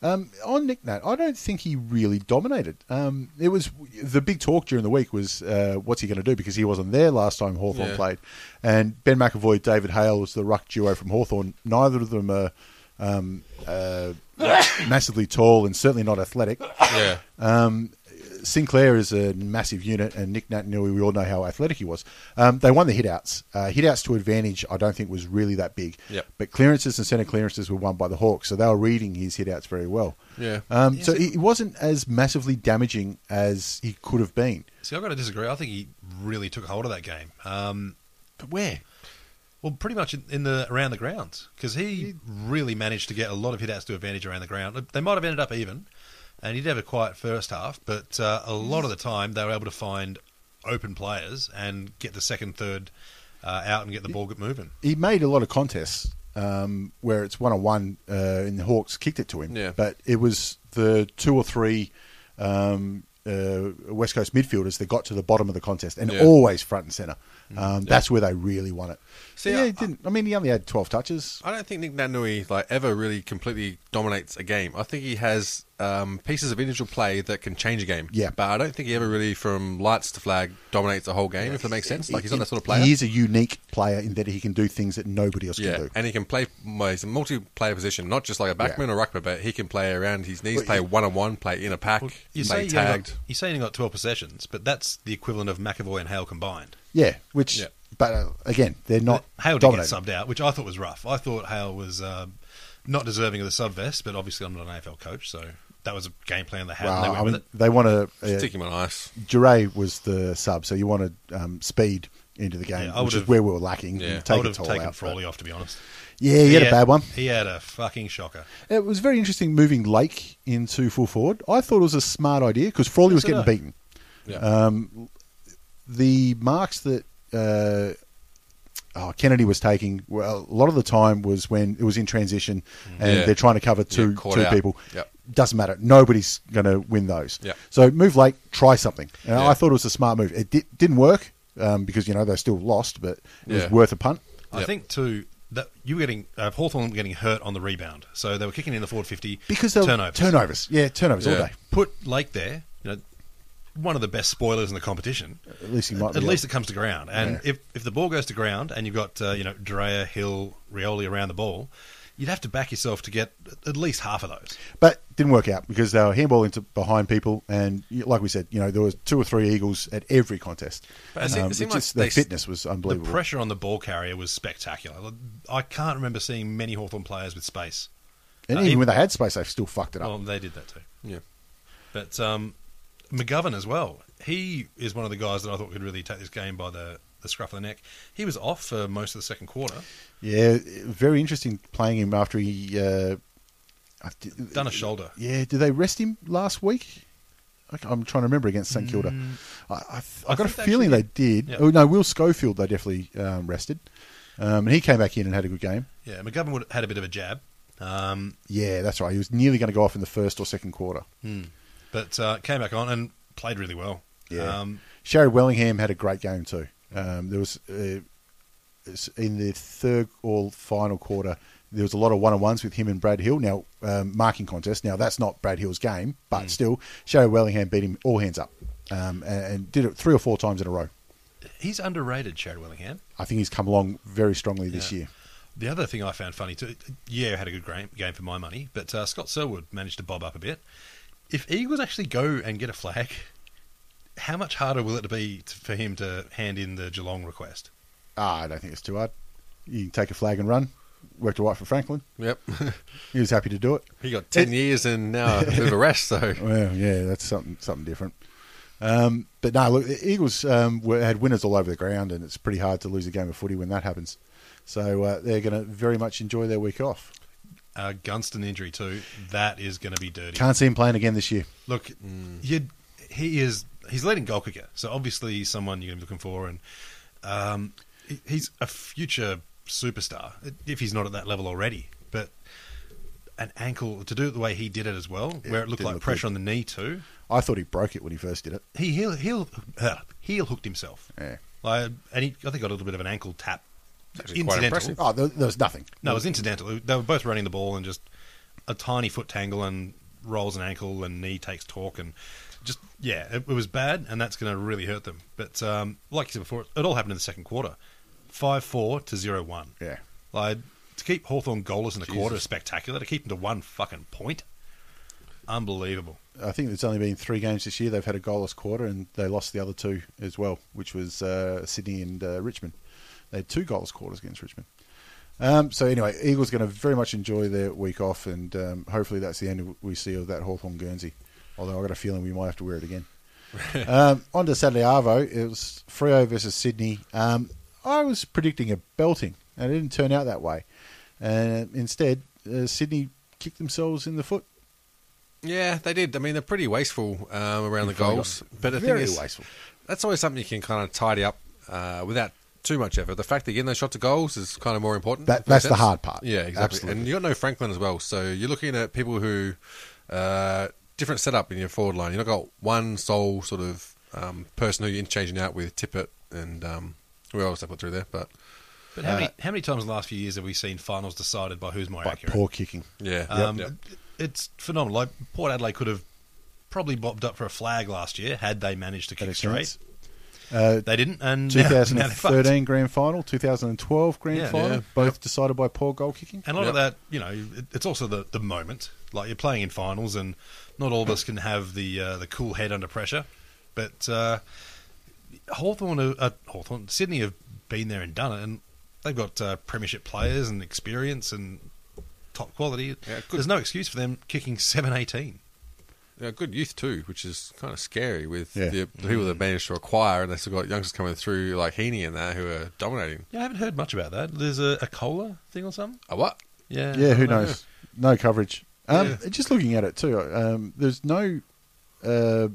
Speaker 3: Um, on Nick Nat, I don't think he really dominated. Um, it was the big talk during the week was uh, what's he going to do because he wasn't there last time Hawthorn
Speaker 5: Yeah.
Speaker 3: played, and Ben McAvoy, David Hale was the ruck duo from Hawthorn. Neither of them are um, uh, massively tall and certainly not athletic.
Speaker 5: Yeah.
Speaker 3: Sinclair is a massive unit, and Nick Natanui, we all know how athletic he was. Um, they won the hitouts. Uh, hitouts to advantage, I don't think was really that big.
Speaker 5: Yep.
Speaker 3: But clearances and centre clearances were won by the Hawks, so they were reading his hitouts very well.
Speaker 5: Yeah.
Speaker 3: Um, so it wasn't as massively damaging as he could have been.
Speaker 4: See, I've got to disagree. I think he really took hold of that game. Um, but where? Well, pretty much in, in the around the grounds because he really managed to get a lot of hitouts to advantage around the ground. They might have ended up even, and he did have a quiet first half, but uh, a lot of the time they were able to find open players and get the second, third uh, out and get the ball get moving.
Speaker 3: He made a lot of contests um, where it's one on one, and the Hawks kicked it to him.
Speaker 5: Yeah.
Speaker 3: But it was the two or three. Um, uh, West Coast midfielders that got to the bottom of the contest and
Speaker 5: Yeah. Mm.
Speaker 3: always front and centre. Um, That's where they really won it.
Speaker 5: See,
Speaker 3: yeah,
Speaker 5: I-
Speaker 3: he didn't. I mean, he only had twelve touches.
Speaker 5: I don't think Nick Nanui like ever really completely dominates a game. I think he has um, pieces of individual play that can change a game.
Speaker 3: Yeah.
Speaker 5: but I don't think he ever really, from lights to flag, dominates a whole game. If that makes sense, like he's not that sort of player.
Speaker 3: He is a unique player in that he can do things that nobody else
Speaker 5: yeah,
Speaker 3: can do.
Speaker 5: and he can play. well, He's a multi-player position, not just like a backman or ruckman, but he can play around his knees, play one-on-one, play in a pack,
Speaker 4: You say,
Speaker 5: play
Speaker 4: you only
Speaker 5: tagged.
Speaker 4: got, you say you only got 12 possessions, but that's the equivalent of McAvoy and Hale combined.
Speaker 3: yeah, which,
Speaker 5: Yeah.
Speaker 3: but uh, again, they're not
Speaker 4: Hale did get
Speaker 3: dominating.
Speaker 4: subbed out, which I thought was rough. I thought Hale was uh, not deserving of the sub vest, but obviously I'm not an AFL coach, so that was a game plan they had. and they
Speaker 3: Well,
Speaker 4: went
Speaker 3: I mean,
Speaker 4: with it.
Speaker 3: they want to.
Speaker 5: Stick
Speaker 3: Uh,
Speaker 5: him on ice.
Speaker 3: Jure was the sub, so you wanted um, speed into the game,
Speaker 4: Yeah, I
Speaker 3: which
Speaker 4: would've-
Speaker 3: is where we were lacking.
Speaker 5: Yeah.
Speaker 3: You
Speaker 4: I
Speaker 3: take
Speaker 4: would
Speaker 3: it
Speaker 4: have
Speaker 3: all
Speaker 4: taken
Speaker 3: out, but-
Speaker 4: Frawley off, to be honest.
Speaker 3: Yeah, he had a bad one.
Speaker 4: He had a fucking shocker.
Speaker 3: It was very interesting moving Lake into full forward. I thought it was a smart idea because Frawley was
Speaker 4: So did
Speaker 3: getting
Speaker 4: I.
Speaker 3: beaten.
Speaker 5: Yeah.
Speaker 3: Um, the marks that uh, oh, Kennedy was taking, well, a lot of the time was when it was in transition and
Speaker 5: Mm. Yeah.
Speaker 3: they're trying to cover two
Speaker 5: caught
Speaker 3: two
Speaker 5: out.
Speaker 3: people.
Speaker 5: Yep.
Speaker 3: Doesn't matter. Nobody's going to win those.
Speaker 5: Yep.
Speaker 3: So move late, try something. And
Speaker 5: Yeah.
Speaker 3: I thought it was a smart move. It di- didn't work um, because you know they still lost, but it
Speaker 5: Yeah.
Speaker 3: was worth a punt.
Speaker 4: I
Speaker 5: Yep.
Speaker 4: think too that you were getting uh, Hawthorn were getting hurt on the rebound, so they were kicking in the forward fifty
Speaker 3: Because they were-
Speaker 4: turnovers.
Speaker 3: turnovers, yeah, turnovers all
Speaker 5: Yeah.
Speaker 3: day.
Speaker 4: Put Lake there, you know, one of the best spoilers in the competition.
Speaker 3: At least he might.
Speaker 4: At
Speaker 3: be
Speaker 4: least
Speaker 3: able-
Speaker 4: it comes to ground, and
Speaker 3: Yeah.
Speaker 4: if if the ball goes to ground, and you've got uh, you know Drea, Hill, Rioli around the ball, you'd have to back yourself to get at least half of those.
Speaker 3: But didn't work out because they were handballing to behind people, and y- like we said, you know there was two or three eagles at every contest. Um,
Speaker 5: But it se- it
Speaker 3: it's
Speaker 5: seemed like
Speaker 3: just- their
Speaker 5: they s-
Speaker 3: fitness was
Speaker 4: The
Speaker 3: unbelievable.
Speaker 4: pressure on the ball carrier was spectacular. I can't remember seeing many Hawthorn players with space.
Speaker 3: and
Speaker 4: uh,
Speaker 3: even
Speaker 4: even-
Speaker 3: when they had space, they still fucked it up.
Speaker 4: Well, they did that too.
Speaker 5: yeah.
Speaker 4: But um, McGovern as well. He is one of the guys that I thought could really take this game by the, the scruff of the neck. He was off for most of the second quarter.
Speaker 3: yeah, very interesting playing him after he uh, I did-
Speaker 4: Done a shoulder.
Speaker 3: Yeah, did they rest him last week? I- I'm trying to remember against St Kilda. I, I, th- I
Speaker 4: I
Speaker 3: got a
Speaker 4: think they
Speaker 3: feeling they
Speaker 4: actually
Speaker 3: did.
Speaker 4: Yeah.
Speaker 3: Oh no, Will Schofield they definitely um, rested, um, and he came back in and had a good game.
Speaker 4: Yeah, McGovern would, had a bit of a jab. Um,
Speaker 3: Yeah, that's right. He was nearly going to go off in the first or second quarter.
Speaker 4: but uh, came back on and played really well.
Speaker 3: Yeah.
Speaker 4: Um,
Speaker 3: Sherry Wellingham had a great game too. Um, there was uh, s- in the third or final quarter, there was a lot of one on ones with him and Brad Hill. Now um, marking contest. Now that's not Brad Hill's game, but still, Sherry Wellingham beat him all hands up um, and, and did it three or four times in a row.
Speaker 4: he's underrated, Sherrod Willingham.
Speaker 3: I think he's come along very strongly this
Speaker 4: Yeah.
Speaker 3: year.
Speaker 4: The other thing I found funny too, yeah, had a good gra- game for my money, but uh, Scott Selwood managed to bob up a bit. If Eagles actually go and get a flag, how much harder will it be to, for him to hand in the Geelong request?
Speaker 3: Ah, I don't think it's too hard. You can take a flag and run. Worked a right for Franklin.
Speaker 5: Yep.
Speaker 3: He was happy to do it.
Speaker 5: he got ten years and now a bit of a rest. So
Speaker 3: Well, yeah, that's something something different. Um, but no, look, the Eagles um, were, had winners all over the ground, and it's pretty hard to lose a game of footy when that happens. So uh, they're going to very much enjoy their week off.
Speaker 4: Uh, Gunston injury too. That is going to be dirty.
Speaker 3: Can't see him playing again this year.
Speaker 4: Look,
Speaker 3: Mm.
Speaker 4: you he is he's leading goal kicker, so obviously he's someone you're going to be looking for, and um, he- he's a future superstar if he's not at that level already. But an ankle to do it the way he did it as well, where it looked
Speaker 3: didn't
Speaker 4: like
Speaker 3: look
Speaker 4: pressure
Speaker 3: good.
Speaker 4: on the knee too.
Speaker 3: I thought he broke it when he first did it.
Speaker 4: He heel heel uh, heel hooked himself.
Speaker 3: Yeah.
Speaker 4: Like, and he, I think got a little bit of an ankle tap.
Speaker 5: actually quite
Speaker 4: Incidental.
Speaker 5: impressive.
Speaker 3: Oh, there, there was nothing.
Speaker 4: No, it was incidental. They were both running the ball and just a tiny foot tangle and rolls an ankle and knee takes torque and just yeah, it, it was bad and that's going to really hurt them. But um, like you said before, it all happened in the second quarter, five four to zero one.
Speaker 3: Yeah.
Speaker 4: like to keep Hawthorn goalless in the quarter is spectacular. To keep them to one fucking point, unbelievable.
Speaker 3: I think it's only been three games this year. They've had a goalless quarter, and they lost the other two as well, which was uh, Sydney and uh, Richmond. They had two goalless quarters against Richmond. Um, so anyway, Eagles going to very much enjoy their week off, and um, hopefully that's the end we see of that Hawthorn Guernsey. Although I got a feeling we might have to wear it again. um, on to Saturday Arvo. It was Frio versus Sydney. Um, I was predicting a belting, and it didn't turn out that way. And instead, uh, Sydney kicked themselves in the foot.
Speaker 5: Yeah, they did. I mean, they're pretty wasteful um, around the goals. But the
Speaker 3: Very
Speaker 5: thing is,
Speaker 3: wasteful.
Speaker 5: that's always something you can kind of tidy up uh, without too much effort. The fact that you're getting those shots to goals is kind of more important.
Speaker 3: That-
Speaker 5: if
Speaker 3: that's
Speaker 5: makes
Speaker 3: the
Speaker 5: sense.
Speaker 3: hard part.
Speaker 5: Yeah, exactly.
Speaker 3: Absolutely.
Speaker 5: And you got no Franklin as well, so you're looking at people who uh, different setup in your forward line. You've not got one sole sort of um, person who you're interchanging out with Tippett and um, who else I put through there. But
Speaker 4: But how many how many times in the last few years have we seen finals decided by who's more
Speaker 3: Uh, By
Speaker 4: accurate?
Speaker 3: poor kicking.
Speaker 5: yeah,
Speaker 4: Um,
Speaker 5: yep.
Speaker 4: it- It's phenomenal. Like Port Adelaide could have probably bobbed up for a flag last year had they managed to
Speaker 3: Had a
Speaker 4: kick straight.
Speaker 3: chance. Uh,
Speaker 4: They didn't, and now- now they're fucked.
Speaker 3: 2013 grand final, 2012 grand
Speaker 4: Yeah. Uh,
Speaker 3: final,
Speaker 5: Yeah.
Speaker 3: both decided by poor goal kicking.
Speaker 4: And a lot of
Speaker 5: Yep.
Speaker 4: that, you know, it, it's also the, the moment. Like you're playing in finals, and not all of us can have the uh, the cool head under pressure. But uh, Hawthorne, are- uh, Hawthorne, Sydney have been there and done it, and they've got uh, premiership players and experience and top quality.
Speaker 5: Yeah, good.
Speaker 4: There's no excuse for them kicking seven eighteen.
Speaker 5: Yeah, good youth too, which is kind of scary with
Speaker 3: Yeah.
Speaker 5: the, the people they've managed to acquire, and they've still got youngsters coming through like Heaney and that who are dominating.
Speaker 4: Yeah, I haven't heard much about that. There's a, a cola thing or something.
Speaker 5: Oh, what?
Speaker 4: Yeah,
Speaker 3: Yeah, who
Speaker 4: I don't
Speaker 3: knows? No coverage. Um,
Speaker 4: Yeah.
Speaker 3: Just looking at it too, um, there's no uh,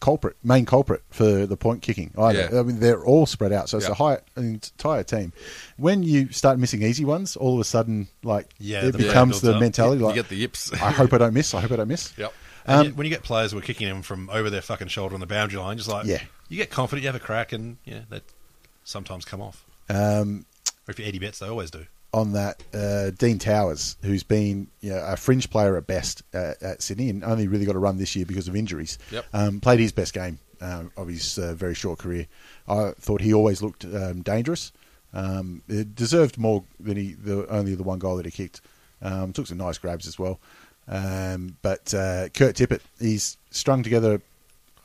Speaker 3: culprit, main culprit for the point kicking either.
Speaker 5: Yeah.
Speaker 3: I mean, they're all spread out, so it's
Speaker 5: Yeah.
Speaker 3: a high, an entire team. When you start missing easy ones, all of a sudden, like
Speaker 4: Yeah,
Speaker 3: it
Speaker 4: the
Speaker 5: pressure
Speaker 3: becomes
Speaker 4: builds
Speaker 3: the
Speaker 4: up.
Speaker 3: mentality.
Speaker 5: You
Speaker 3: Like,
Speaker 5: get the yips.
Speaker 3: I hope I don't miss. I hope I don't miss.
Speaker 5: yep.
Speaker 4: And
Speaker 3: Um,
Speaker 4: yet, when you get players who are kicking them from over their fucking shoulder on the boundary line, just like
Speaker 3: Yeah.
Speaker 4: you get confident, you have a crack, and yeah, they sometimes come off.
Speaker 3: Um,
Speaker 4: Or if you're Eddie Betts, they always do.
Speaker 3: on that uh, Dean Towers, who's been you know, a fringe player at best uh, at Sydney and only really got a run this year because of injuries.
Speaker 5: Yep.
Speaker 3: Um, played his best game um, of his uh, very short career. I thought he always looked um, dangerous. Um, it deserved more than he the only the one goal that he kicked. Um, took some nice grabs as well. Um, but uh, Kurt Tippett, he's strung together.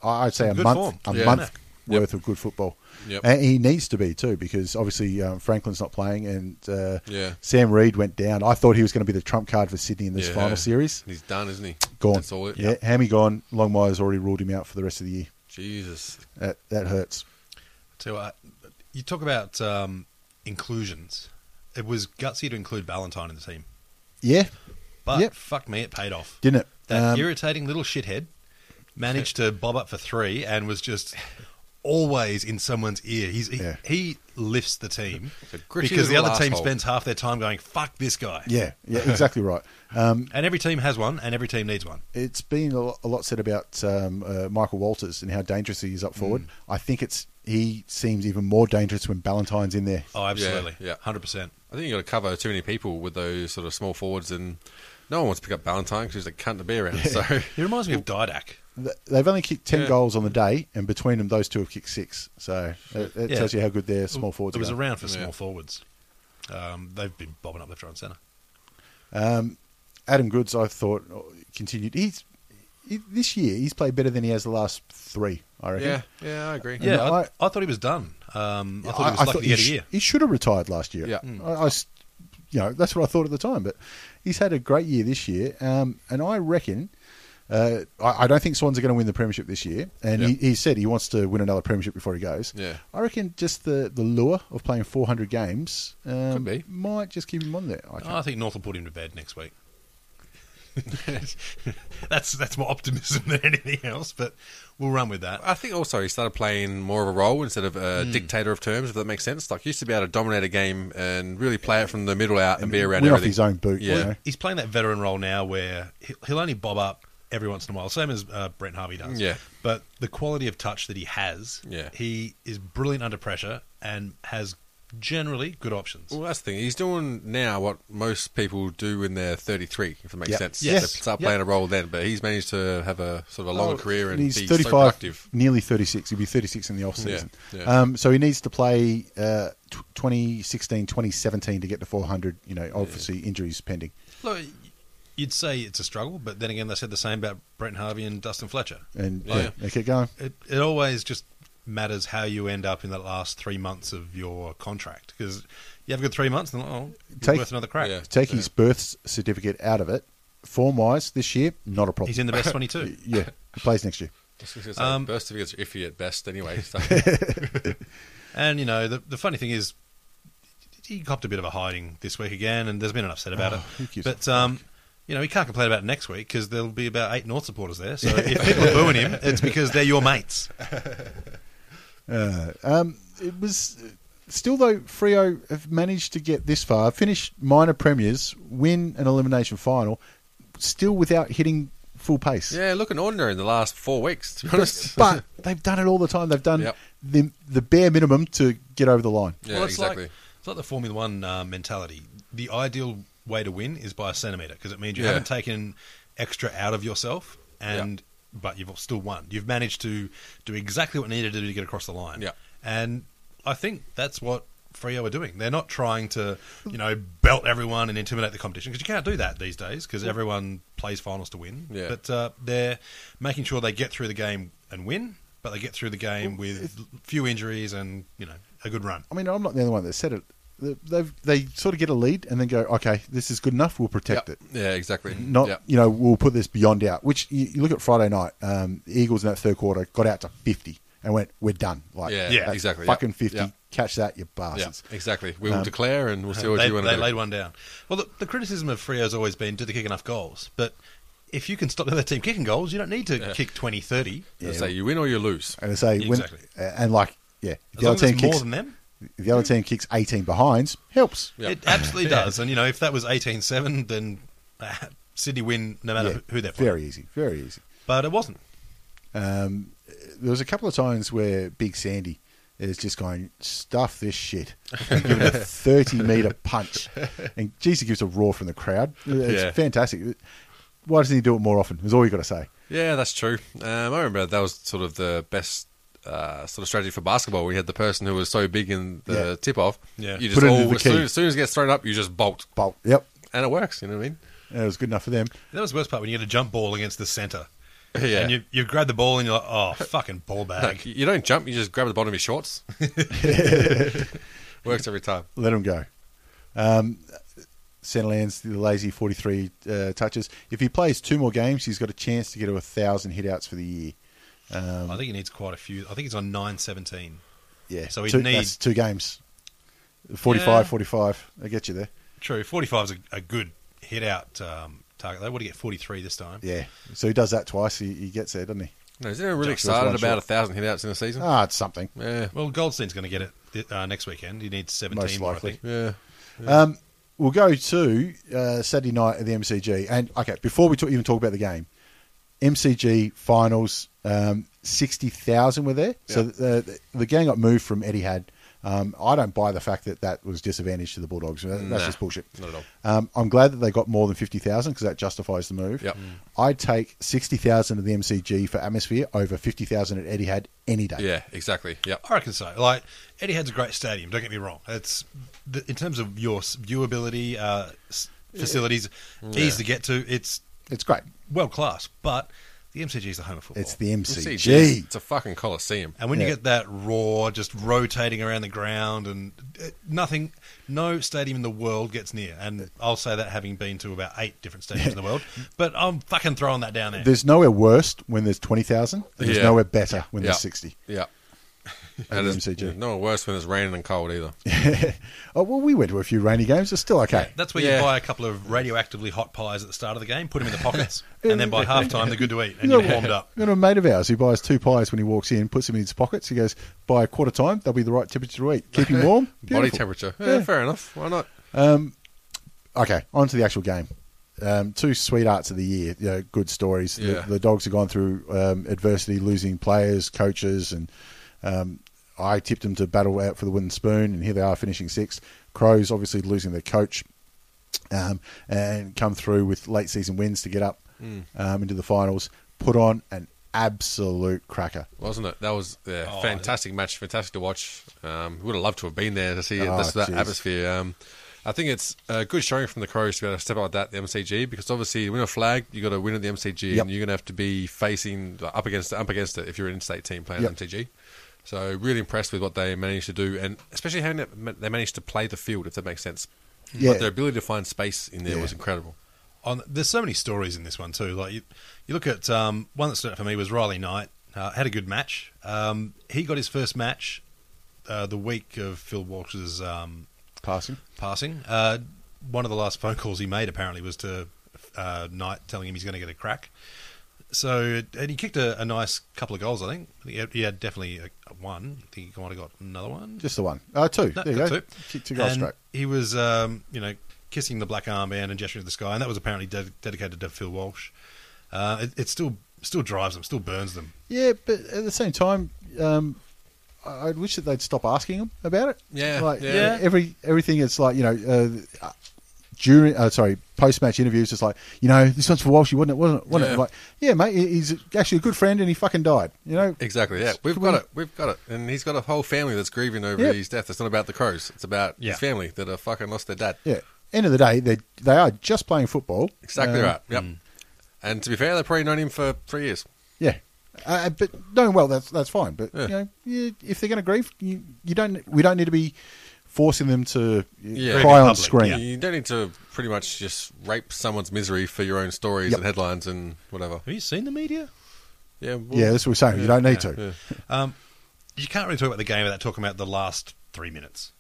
Speaker 3: I- I'd say a
Speaker 4: Good
Speaker 3: month,
Speaker 4: form.
Speaker 3: a
Speaker 5: Yeah.
Speaker 3: month
Speaker 5: Yep.
Speaker 3: worth of good football.
Speaker 5: Yep.
Speaker 3: And he needs to be too, because obviously um, Franklin's not playing, and uh,
Speaker 5: Yeah.
Speaker 3: Sam Reed went down. I thought he was going to be the trump card for Sydney in this
Speaker 5: Yeah.
Speaker 3: final series.
Speaker 5: And he's done, isn't he?
Speaker 3: Gone.
Speaker 5: That's all it.
Speaker 3: Yeah, Hammy gone. Longmire's already ruled him out for the rest of the year.
Speaker 5: Jesus.
Speaker 3: That, that hurts.
Speaker 4: So uh, you talk about um, inclusions. It was gutsy to include Valentine in the team,
Speaker 3: Yeah,
Speaker 4: but
Speaker 3: Yep.
Speaker 4: fuck me, it paid off.
Speaker 3: didn't it?
Speaker 4: that
Speaker 3: Um,
Speaker 4: irritating little shithead managed to bob up for three and was just always in someone's ear. He's, he,
Speaker 3: Yeah.
Speaker 4: he lifts the team
Speaker 5: It's a gritty
Speaker 4: because the
Speaker 5: little
Speaker 4: other team
Speaker 5: asshole.
Speaker 4: spends half their time going "fuck this guy."
Speaker 3: yeah, yeah, exactly right. Um,
Speaker 4: And every team has one, and every team needs one.
Speaker 3: it's been a lot, a lot said about um, uh, Michael Walters and how dangerous he is up
Speaker 5: Mm.
Speaker 3: forward. I think it's he seems even more dangerous when Ballantyne's in there.
Speaker 4: Oh, absolutely,
Speaker 5: yeah.
Speaker 4: hundred percent.
Speaker 5: I think you got to cover too many people with those sort of small forwards, and no one wants to pick up Valentine because he's a cunt to be around. So
Speaker 4: He reminds me of Didac.
Speaker 3: Th- They've only kicked ten
Speaker 5: Yeah.
Speaker 3: goals on the day, and between them, those two have kicked six. So it, it
Speaker 4: Yeah.
Speaker 3: tells you how good their small forwards
Speaker 4: It was
Speaker 3: are.
Speaker 4: around for small
Speaker 5: Yeah.
Speaker 4: forwards. Um, they've been bobbing up left, right, and centre.
Speaker 3: Um, Adam Goods, I thought, continued. He's he, this year he's played better than he has the last three. I reckon.
Speaker 5: yeah, yeah, I agree.
Speaker 4: Yeah, I,
Speaker 3: I-
Speaker 4: I, thought he was done. Um, I thought he was
Speaker 3: I
Speaker 4: lucky
Speaker 3: thought
Speaker 4: to get a
Speaker 3: sh-
Speaker 4: year.
Speaker 3: he should have retired last year.
Speaker 5: Yeah.
Speaker 3: I, I s- you know, that's what I thought at the time. But he's had a great year this year, um, and I reckon. Uh, I, I don't think Swans are going to win the premiership this year, and
Speaker 5: Yeah.
Speaker 3: he, he said he wants to win another premiership before he goes.
Speaker 5: Yeah.
Speaker 3: I reckon just the, the lure of playing 400 games um,
Speaker 5: Could be.
Speaker 3: might just keep him on there. I
Speaker 4: Oh, I think North will put him to bed next week. that's that's more optimism than anything else, but we'll run with that.
Speaker 5: I think also he started playing more of a role instead of a
Speaker 3: Hmm.
Speaker 5: dictator of terms, if that makes sense. Like, he used to be able to dominate a game and really play it from the middle out and, be around
Speaker 3: win off
Speaker 5: everything.
Speaker 3: his own boot. you
Speaker 5: Yeah.
Speaker 3: know.
Speaker 4: He's playing that veteran role now, where he- he'll only bob up every once in a while, same as uh, Brent Harvey does.
Speaker 5: Yeah.
Speaker 4: But the quality of touch that he has,
Speaker 5: Yeah.
Speaker 4: he is brilliant under pressure and has generally good options.
Speaker 5: Well, that's the thing. He's doing now what most people do when they're 33, if it makes
Speaker 3: Yep.
Speaker 5: sense.
Speaker 4: Yes.
Speaker 5: They start
Speaker 4: Yep.
Speaker 5: playing a role then, but he's managed to have a sort of a longer career and,
Speaker 3: Oh, he's
Speaker 5: be
Speaker 3: 35,
Speaker 5: so productive.
Speaker 3: nearly 36. He'll be 36 in the off season.
Speaker 5: Yeah, yeah.
Speaker 3: Um, so he needs to play uh, tw 2016, 2017 to get to 400. You know, obviously injuries pending.
Speaker 4: Look, you'd say it's a struggle, but then again, they said the same about Brent Harvey and Dustin Fletcher.
Speaker 3: And
Speaker 5: Oh, Yeah.
Speaker 3: yeah, they keep going.
Speaker 4: It, it always just matters how you end up in the last three months of your contract because you have a good three months and oh, you're
Speaker 3: Take-
Speaker 4: worth another crack.
Speaker 5: Yeah.
Speaker 3: Take his birth certificate out of it. Form wise, this year, not a problem.
Speaker 4: He's in the best 22.
Speaker 3: yeah, he plays next year.
Speaker 5: I was gonna say,
Speaker 4: Um,
Speaker 5: birth certificates are iffy at best anyway. So.
Speaker 4: And, you know, the, the funny thing is, he copped a bit of a hiding this week again, and there's been an upset about
Speaker 3: Oh, who
Speaker 4: it.
Speaker 3: gives a
Speaker 4: But, um, you know, he can't complain about it next week because there'll be about eight North supporters there. So if people are booing him, it's because they're your mates.
Speaker 3: Um, it was still though Frio have managed to get this far, finish minor premiers, win an elimination final, still without hitting full pace.
Speaker 5: yeah, looking ordinary in the last four weeks, to be honest.
Speaker 3: But they've done it all the time. They've done
Speaker 5: Yep.
Speaker 3: the the bare minimum to get over the line.
Speaker 5: yeah,
Speaker 4: Well, it's
Speaker 5: exactly.
Speaker 4: Like, it's like the Formula One uh, mentality. The ideal way to win is by a centimetre because it means you
Speaker 5: Yeah.
Speaker 4: haven't taken extra out of yourself, and but you've still won. You've managed to do exactly what needed to do to get across the line.
Speaker 5: Yeah.
Speaker 4: and I think that's what Frio are doing. They're not trying to you know belt everyone and intimidate the competition because you can't do that these days because everyone plays finals to win.
Speaker 5: Yeah.
Speaker 4: but uh, they're making sure they get through the game and win. But they get through the game with few injuries and you know a good run.
Speaker 3: I mean, I'm not the only one that said it. They they sort of get a lead and then go, okay, this is good enough. We'll protect
Speaker 5: Yep.
Speaker 3: it.
Speaker 5: Yeah, exactly.
Speaker 3: Not
Speaker 5: Yep.
Speaker 3: you know we'll put this beyond out. Which you, you look at Friday night, um, the Eagles in that third quarter got out to 50 and went, we're done. Like
Speaker 5: Yeah,
Speaker 4: yeah,
Speaker 3: that's
Speaker 5: exactly, yep,
Speaker 3: fucking 50.
Speaker 5: yep.
Speaker 3: Catch that, you
Speaker 5: yeah,
Speaker 3: bastards.
Speaker 5: exactly. We will declare and we'll see what
Speaker 4: Um, they,
Speaker 5: you want
Speaker 4: they
Speaker 5: to do.
Speaker 4: laid one down. Well, the, the criticism of Frio's always been do they kick enough goals? But if you can stop the other team kicking goals, you don't need to kick 20, 30.
Speaker 5: They say you win or you lose.
Speaker 3: And I say when
Speaker 4: Exactly.
Speaker 3: and like yeah, if
Speaker 4: As
Speaker 3: the
Speaker 4: long as
Speaker 3: other team
Speaker 4: it's
Speaker 3: kicks
Speaker 4: more than them,
Speaker 3: if the other team kicks 18 behinds, helps.
Speaker 5: Yeah.
Speaker 4: it absolutely does. And, you know, if that was 18 7, then uh, Sydney win no matter
Speaker 3: Yeah,
Speaker 4: who they're playing.
Speaker 3: very easy, very easy.
Speaker 4: But it wasn't.
Speaker 3: Um, there was a couple of times where Big Sandy is just going stuff this shit, and giving it a thirty meter punch, and geez, he gives a roar from the crowd. It's
Speaker 5: Yeah.
Speaker 3: fantastic. Why doesn't he do it more often? Is all you got to say.
Speaker 5: Yeah, that's true. Um, I remember that was sort of the best uh, sort of strategy for basketball. We had the person who was so big in the
Speaker 3: Yeah.
Speaker 5: tip off.
Speaker 4: Yeah.
Speaker 5: You just
Speaker 3: Put it into
Speaker 5: all,
Speaker 3: the
Speaker 5: as, soon,
Speaker 3: key.
Speaker 5: as soon as it gets thrown up, you just bolt.
Speaker 3: Bolt. Yep,
Speaker 5: And it works, you know what I mean?
Speaker 3: And it was good enough for them.
Speaker 4: That was the worst part when you get a jump ball against the centre.
Speaker 5: Yeah.
Speaker 4: And you, you grab the ball and you're like, oh, fucking ball
Speaker 5: No,
Speaker 4: bag.
Speaker 5: you don't jump, you just grab the bottom of your shorts. works every time.
Speaker 3: Let them go. Um, Centerlands, the lazy 43 uh, touches. If he plays two more games, he's got a chance to get to a thousand hitouts for the year.
Speaker 5: um,
Speaker 4: I think he needs quite a few. I think he's on 9 17.
Speaker 3: Yeah,
Speaker 4: So he'd
Speaker 3: two,
Speaker 4: need-
Speaker 3: that's two games. 45,
Speaker 4: Yeah.
Speaker 3: 45. I get you there.
Speaker 4: True. 45 is a, a good hit out um, target. They want to get 43 this time.
Speaker 3: Yeah. So he does that twice. He, he gets there, doesn't he?
Speaker 5: No, is anyone really
Speaker 3: Just with
Speaker 5: excited
Speaker 3: one
Speaker 5: about
Speaker 3: shot.
Speaker 5: a thousand hitouts in a season?
Speaker 3: Ah, it's something.
Speaker 5: yeah,
Speaker 4: Well, Goldstein's going to get it th- uh, next weekend. He needs 17
Speaker 3: Most
Speaker 4: more, I
Speaker 3: likely.
Speaker 4: think.
Speaker 5: yeah.
Speaker 3: Um, we'll go to uh, Saturday night at the MCG. And, okay, before we talk, even talk about the game, MCG finals, um, 60,000 were there. So the, the, the gang got moved from Eddie Had. Um, I don't buy the fact that that was disadvantage to the Bulldogs. That- That's
Speaker 5: Nah,
Speaker 3: just bullshit.
Speaker 5: not at all.
Speaker 3: Um, I'm glad that they got more than 50,000 because that justifies the move.
Speaker 5: Yep. Mm.
Speaker 3: I'd take 60,000 of the MCG for atmosphere over 50,000 at Eddie Had any day.
Speaker 5: Yeah, exactly. Yeah.
Speaker 4: I reckon so. Like, Eddie Head's a great stadium, don't get me wrong. It's the, In terms of your s- viewability, uh, s- facilities, easy to get to, it's
Speaker 3: It's great.
Speaker 4: world class. But the MCG is the home of football.
Speaker 3: It's the MCG.
Speaker 5: CG. It's a fucking coliseum.
Speaker 4: and when
Speaker 3: Yeah.
Speaker 4: you get that roar just rotating around the ground and uh, nothing, no stadium in the world gets near. And I'll say that having been to about eight different stadiums in the world. But I'm fucking throwing that down there.
Speaker 3: There's nowhere worse when there's 20,000. and There's
Speaker 5: Yeah.
Speaker 3: nowhere better when
Speaker 5: Yeah.
Speaker 3: there's 60.
Speaker 5: Yeah.
Speaker 3: At
Speaker 5: And
Speaker 3: the
Speaker 5: it's
Speaker 3: MCG.
Speaker 5: no worse when it's raining and cold either.
Speaker 3: Oh, well, we went to a few rainy games. It's still okay.
Speaker 4: That's where
Speaker 5: Yeah.
Speaker 4: you buy a couple of radioactively hot pies at the start of the game, put them in the pockets, and then by half time they're good to eat and you're warmed up.
Speaker 3: We've got a mate of ours who buys two pies when he walks in, puts them in his pockets. He goes, by a quarter time, they'll be the right temperature to eat. Keep him warm.
Speaker 5: Body
Speaker 3: Beautiful.
Speaker 5: temperature. Yeah, fair enough. Why not?
Speaker 3: okay, on to the actual game. Um, two sweethearts of the year, you know, good stories.
Speaker 5: Yeah.
Speaker 3: The, the dogs have gone through um, adversity, losing players, coaches, and um, I tipped them to battle out for the wooden spoon, and here they are finishing sixth. Crows obviously losing their coach, um, and come through with late season wins to get up
Speaker 5: Hmm.
Speaker 3: um, into the finals. Put on an absolute cracker.
Speaker 5: wasn't it? That was yeah,
Speaker 4: Oh,
Speaker 5: fantastic match, fantastic to watch. Um, would have loved to have been there to see
Speaker 3: Oh,
Speaker 5: this, that
Speaker 3: jeez.
Speaker 5: atmosphere. Um, I think it's a good showing from the Crows to be able to step out that the MCG because obviously you win a flag, you got to win at the MCG,
Speaker 3: Yep.
Speaker 5: and you're going to have to be facing like, up against up against it if you're an in-state team playing
Speaker 3: Yep.
Speaker 5: the MCG. So really impressed with what they managed to do, and especially how they managed to play the field, if that makes sense.
Speaker 3: Yeah.
Speaker 5: Like their ability to find space in there
Speaker 3: Yeah.
Speaker 5: was incredible.
Speaker 4: on there's so many stories in this one too. Like you, you look at um, one that stood out for me was Riley Knight uh, had a good match. Um, he got his first match uh, the week of Phil Walsh's um,
Speaker 3: Passing.
Speaker 4: passing. Uh, one of the last phone calls he made apparently was to uh, Knight telling him he's going to get a crack. So and he kicked a, a nice couple of goals. I think he had, he had definitely uh one. I think he might have got another one.
Speaker 3: Just the one. Uh, two.
Speaker 4: No,
Speaker 3: there you
Speaker 4: got
Speaker 3: go.
Speaker 4: two.
Speaker 3: Kick two goals
Speaker 4: And
Speaker 3: straight.
Speaker 4: He was, um, you know, kissing the black armband and gesturing to the sky, and that was apparently ded- dedicated to Phil Walsh. Uh, it, it still still drives them, still burns them.
Speaker 3: Yeah, but at the same time, um, I- I'd wish that they'd stop asking them about it.
Speaker 5: Yeah,
Speaker 3: like
Speaker 5: yeah.
Speaker 3: yeah. every everything. It's like you know, uh, during uh, sorry, post match interviews. It's like you know, this one's for Walshy, wasn't it? Wasn't it? Wasn't
Speaker 5: Yeah.
Speaker 3: it? Like yeah, mate, he- he's actually a good friend, and he fucking died. You know,
Speaker 5: Exactly. Yeah, we've got it. We've got it. And he's got a whole family that's grieving over
Speaker 3: Yep.
Speaker 5: his death. It's not about the crows. It's about
Speaker 4: Yeah.
Speaker 5: his family that have fucking lost their dad.
Speaker 3: yeah. End of the day, they they are just playing football.
Speaker 5: Exactly
Speaker 3: Um,
Speaker 5: right. Yep. And to be fair, they've probably known him for three years.
Speaker 3: Yeah. Uh, but knowing well, that's that's fine. But
Speaker 5: Yeah.
Speaker 3: you know, you, if they're going to grieve, you, you don't. We don't need to be forcing them to uh, cry
Speaker 5: Yeah.
Speaker 4: Grieve in
Speaker 3: on
Speaker 4: public,
Speaker 3: screen.
Speaker 4: yeah.
Speaker 5: You don't need to pretty much just rape someone's misery for your own stories
Speaker 3: Yep.
Speaker 5: and headlines and whatever.
Speaker 4: Have you seen the media?
Speaker 5: Yeah. well,
Speaker 3: Yeah, that's what we're saying. you don't need to.
Speaker 4: Um, you can't really talk about the game without talking about the last three minutes.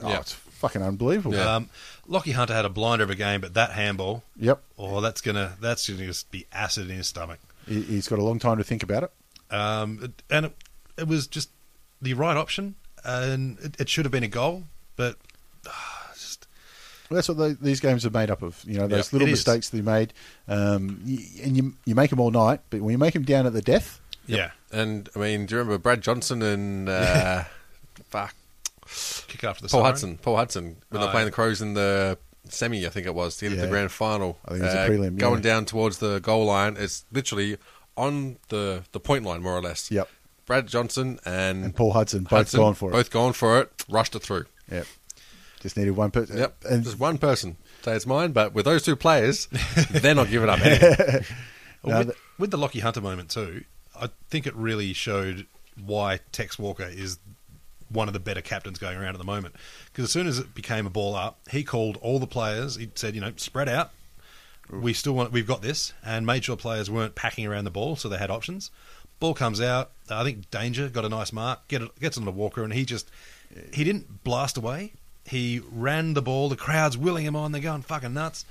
Speaker 3: Oh,
Speaker 5: Yeah.
Speaker 3: it's fucking unbelievable.
Speaker 5: Yeah.
Speaker 4: Um, Lockie Hunter had a blinder of a game, but that handball,
Speaker 3: Yep.
Speaker 4: oh, that's gonna that's gonna just be acid in his stomach.
Speaker 3: He, he's got a long time to think about it.
Speaker 4: Um, it- and it, it was just the right option, and it, it should have been a goal, but ah, it's just
Speaker 3: Well, that's what they, these games are made up of. You know, those
Speaker 4: Yeah,
Speaker 3: little
Speaker 4: it is.
Speaker 3: mistakes they made, um, y and you you make them all night. But when you make them down at the death,
Speaker 4: yeah.
Speaker 5: And I mean, do you remember Brad Johnson and uh, fuck
Speaker 4: Kick after the
Speaker 5: Paul
Speaker 4: siren.
Speaker 5: Hudson? Paul Hudson when
Speaker 4: Oh,
Speaker 5: they're playing
Speaker 4: yeah.
Speaker 5: the Crows in the semi, I think it was. He ended
Speaker 3: Yeah.
Speaker 5: the grand final. Uh,
Speaker 3: I think it was the prelim, yeah.
Speaker 5: Going down towards the goal line, it's literally on the the point line, more or less.
Speaker 3: Yep.
Speaker 5: Brad Johnson and,
Speaker 3: and Paul Hudson both
Speaker 5: Hudson,
Speaker 3: gone for it.
Speaker 5: Both gone for it. Rushed it through.
Speaker 3: Yep. Just needed one person.
Speaker 5: Yep.
Speaker 3: Uh, And
Speaker 5: Just one person. Say it's mine, but with those two players, they're not giving up anything.
Speaker 4: Well,
Speaker 3: Now
Speaker 4: with, with the Lockie Hunter moment too, I think it really showed why Tex Walker is one of the better captains going around at the moment. Because as soon as it became a ball up, he called all the players. He said, you know, spread out. We still want. We've got this, and made sure players weren't packing around the ball, so they had options. Ball comes out. I think Danger got a nice mark. Get it, gets on the Walker, and he just he didn't blast away. He ran the ball. The crowd's willing him on. They're going fucking nuts.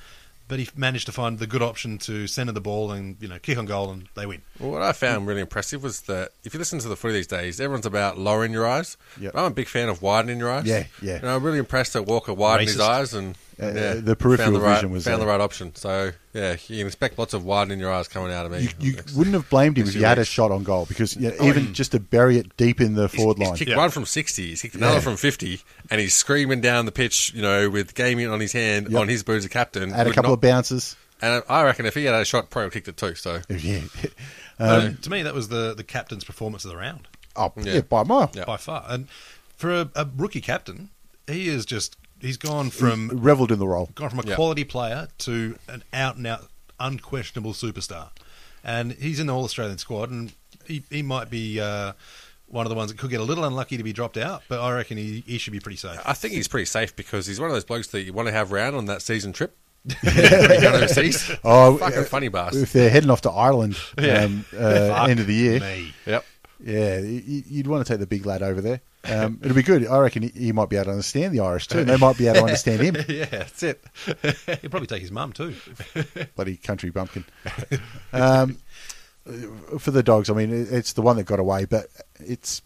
Speaker 4: But he managed to find the good option to send him the ball and you know kick on goal, and they win.
Speaker 5: Well, what I found really impressive was that if you listen to the footy these days, everyone's about lowering your eyes.
Speaker 3: Yep.
Speaker 5: But I'm a big fan of widening your eyes.
Speaker 3: Yeah, yeah.
Speaker 5: And I'm really impressed that Walker widened his
Speaker 4: Racist.
Speaker 5: eyes and
Speaker 3: Uh,
Speaker 5: yeah,
Speaker 3: the peripheral
Speaker 5: found the right,
Speaker 3: vision was uh,
Speaker 5: found
Speaker 3: there.
Speaker 5: the right option. So yeah, you can expect lots of widening your eyes coming out of me.
Speaker 3: you, you wouldn't have blamed him if
Speaker 5: Next
Speaker 3: he
Speaker 5: few
Speaker 3: had a
Speaker 5: weeks.
Speaker 3: shot on goal because you know, even just to bury it deep in the
Speaker 5: Oh, He's-
Speaker 3: forward
Speaker 5: he's
Speaker 3: line.
Speaker 5: kicked
Speaker 4: Yeah.
Speaker 5: one from 60, he's kicked another from 50, and he's screaming down the pitch, you know, with game in on his hand,
Speaker 3: Yep.
Speaker 5: on his boots, a captain.
Speaker 3: Had a
Speaker 5: would
Speaker 3: couple
Speaker 5: not-
Speaker 3: of bounces. Oh,
Speaker 5: And I reckon if he had a shot, probably kicked it too. So
Speaker 3: Yeah.
Speaker 4: Uh, to me, that was the the captain's performance of the round.
Speaker 3: Oh, yeah.
Speaker 5: Yeah.
Speaker 3: by a mile.
Speaker 5: Yeah.
Speaker 4: by far. And for a, a rookie captain, he is just he's gone from
Speaker 3: Reveled in the role.
Speaker 4: gone from a
Speaker 5: Yeah.
Speaker 4: quality player to an out and out unquestionable superstar. And he's in the All Australian squad, and he, he might be uh, one of the ones that could get a little unlucky to be dropped out, but I reckon he, he should be pretty safe.
Speaker 5: I think he's pretty safe because he's one of those blokes that you want to have round on that season trip. When you go overseas.
Speaker 3: Oh,
Speaker 5: fucking
Speaker 3: uh,
Speaker 5: funny bastard.
Speaker 3: If they're heading off to Ireland um, uh,
Speaker 4: Fuck
Speaker 3: end of the year,
Speaker 4: me.
Speaker 5: Yep.
Speaker 3: yeah, y- y- you'd want to take the big lad over there. Um, it'll be good. I reckon he- he might be able to understand the Irish too. and They might be able to understand him.
Speaker 4: Yeah, that's it. He'll probably take his mum too.
Speaker 3: bloody country bumpkin. Um, for the dogs, I mean, it- it's the one that got away, but it's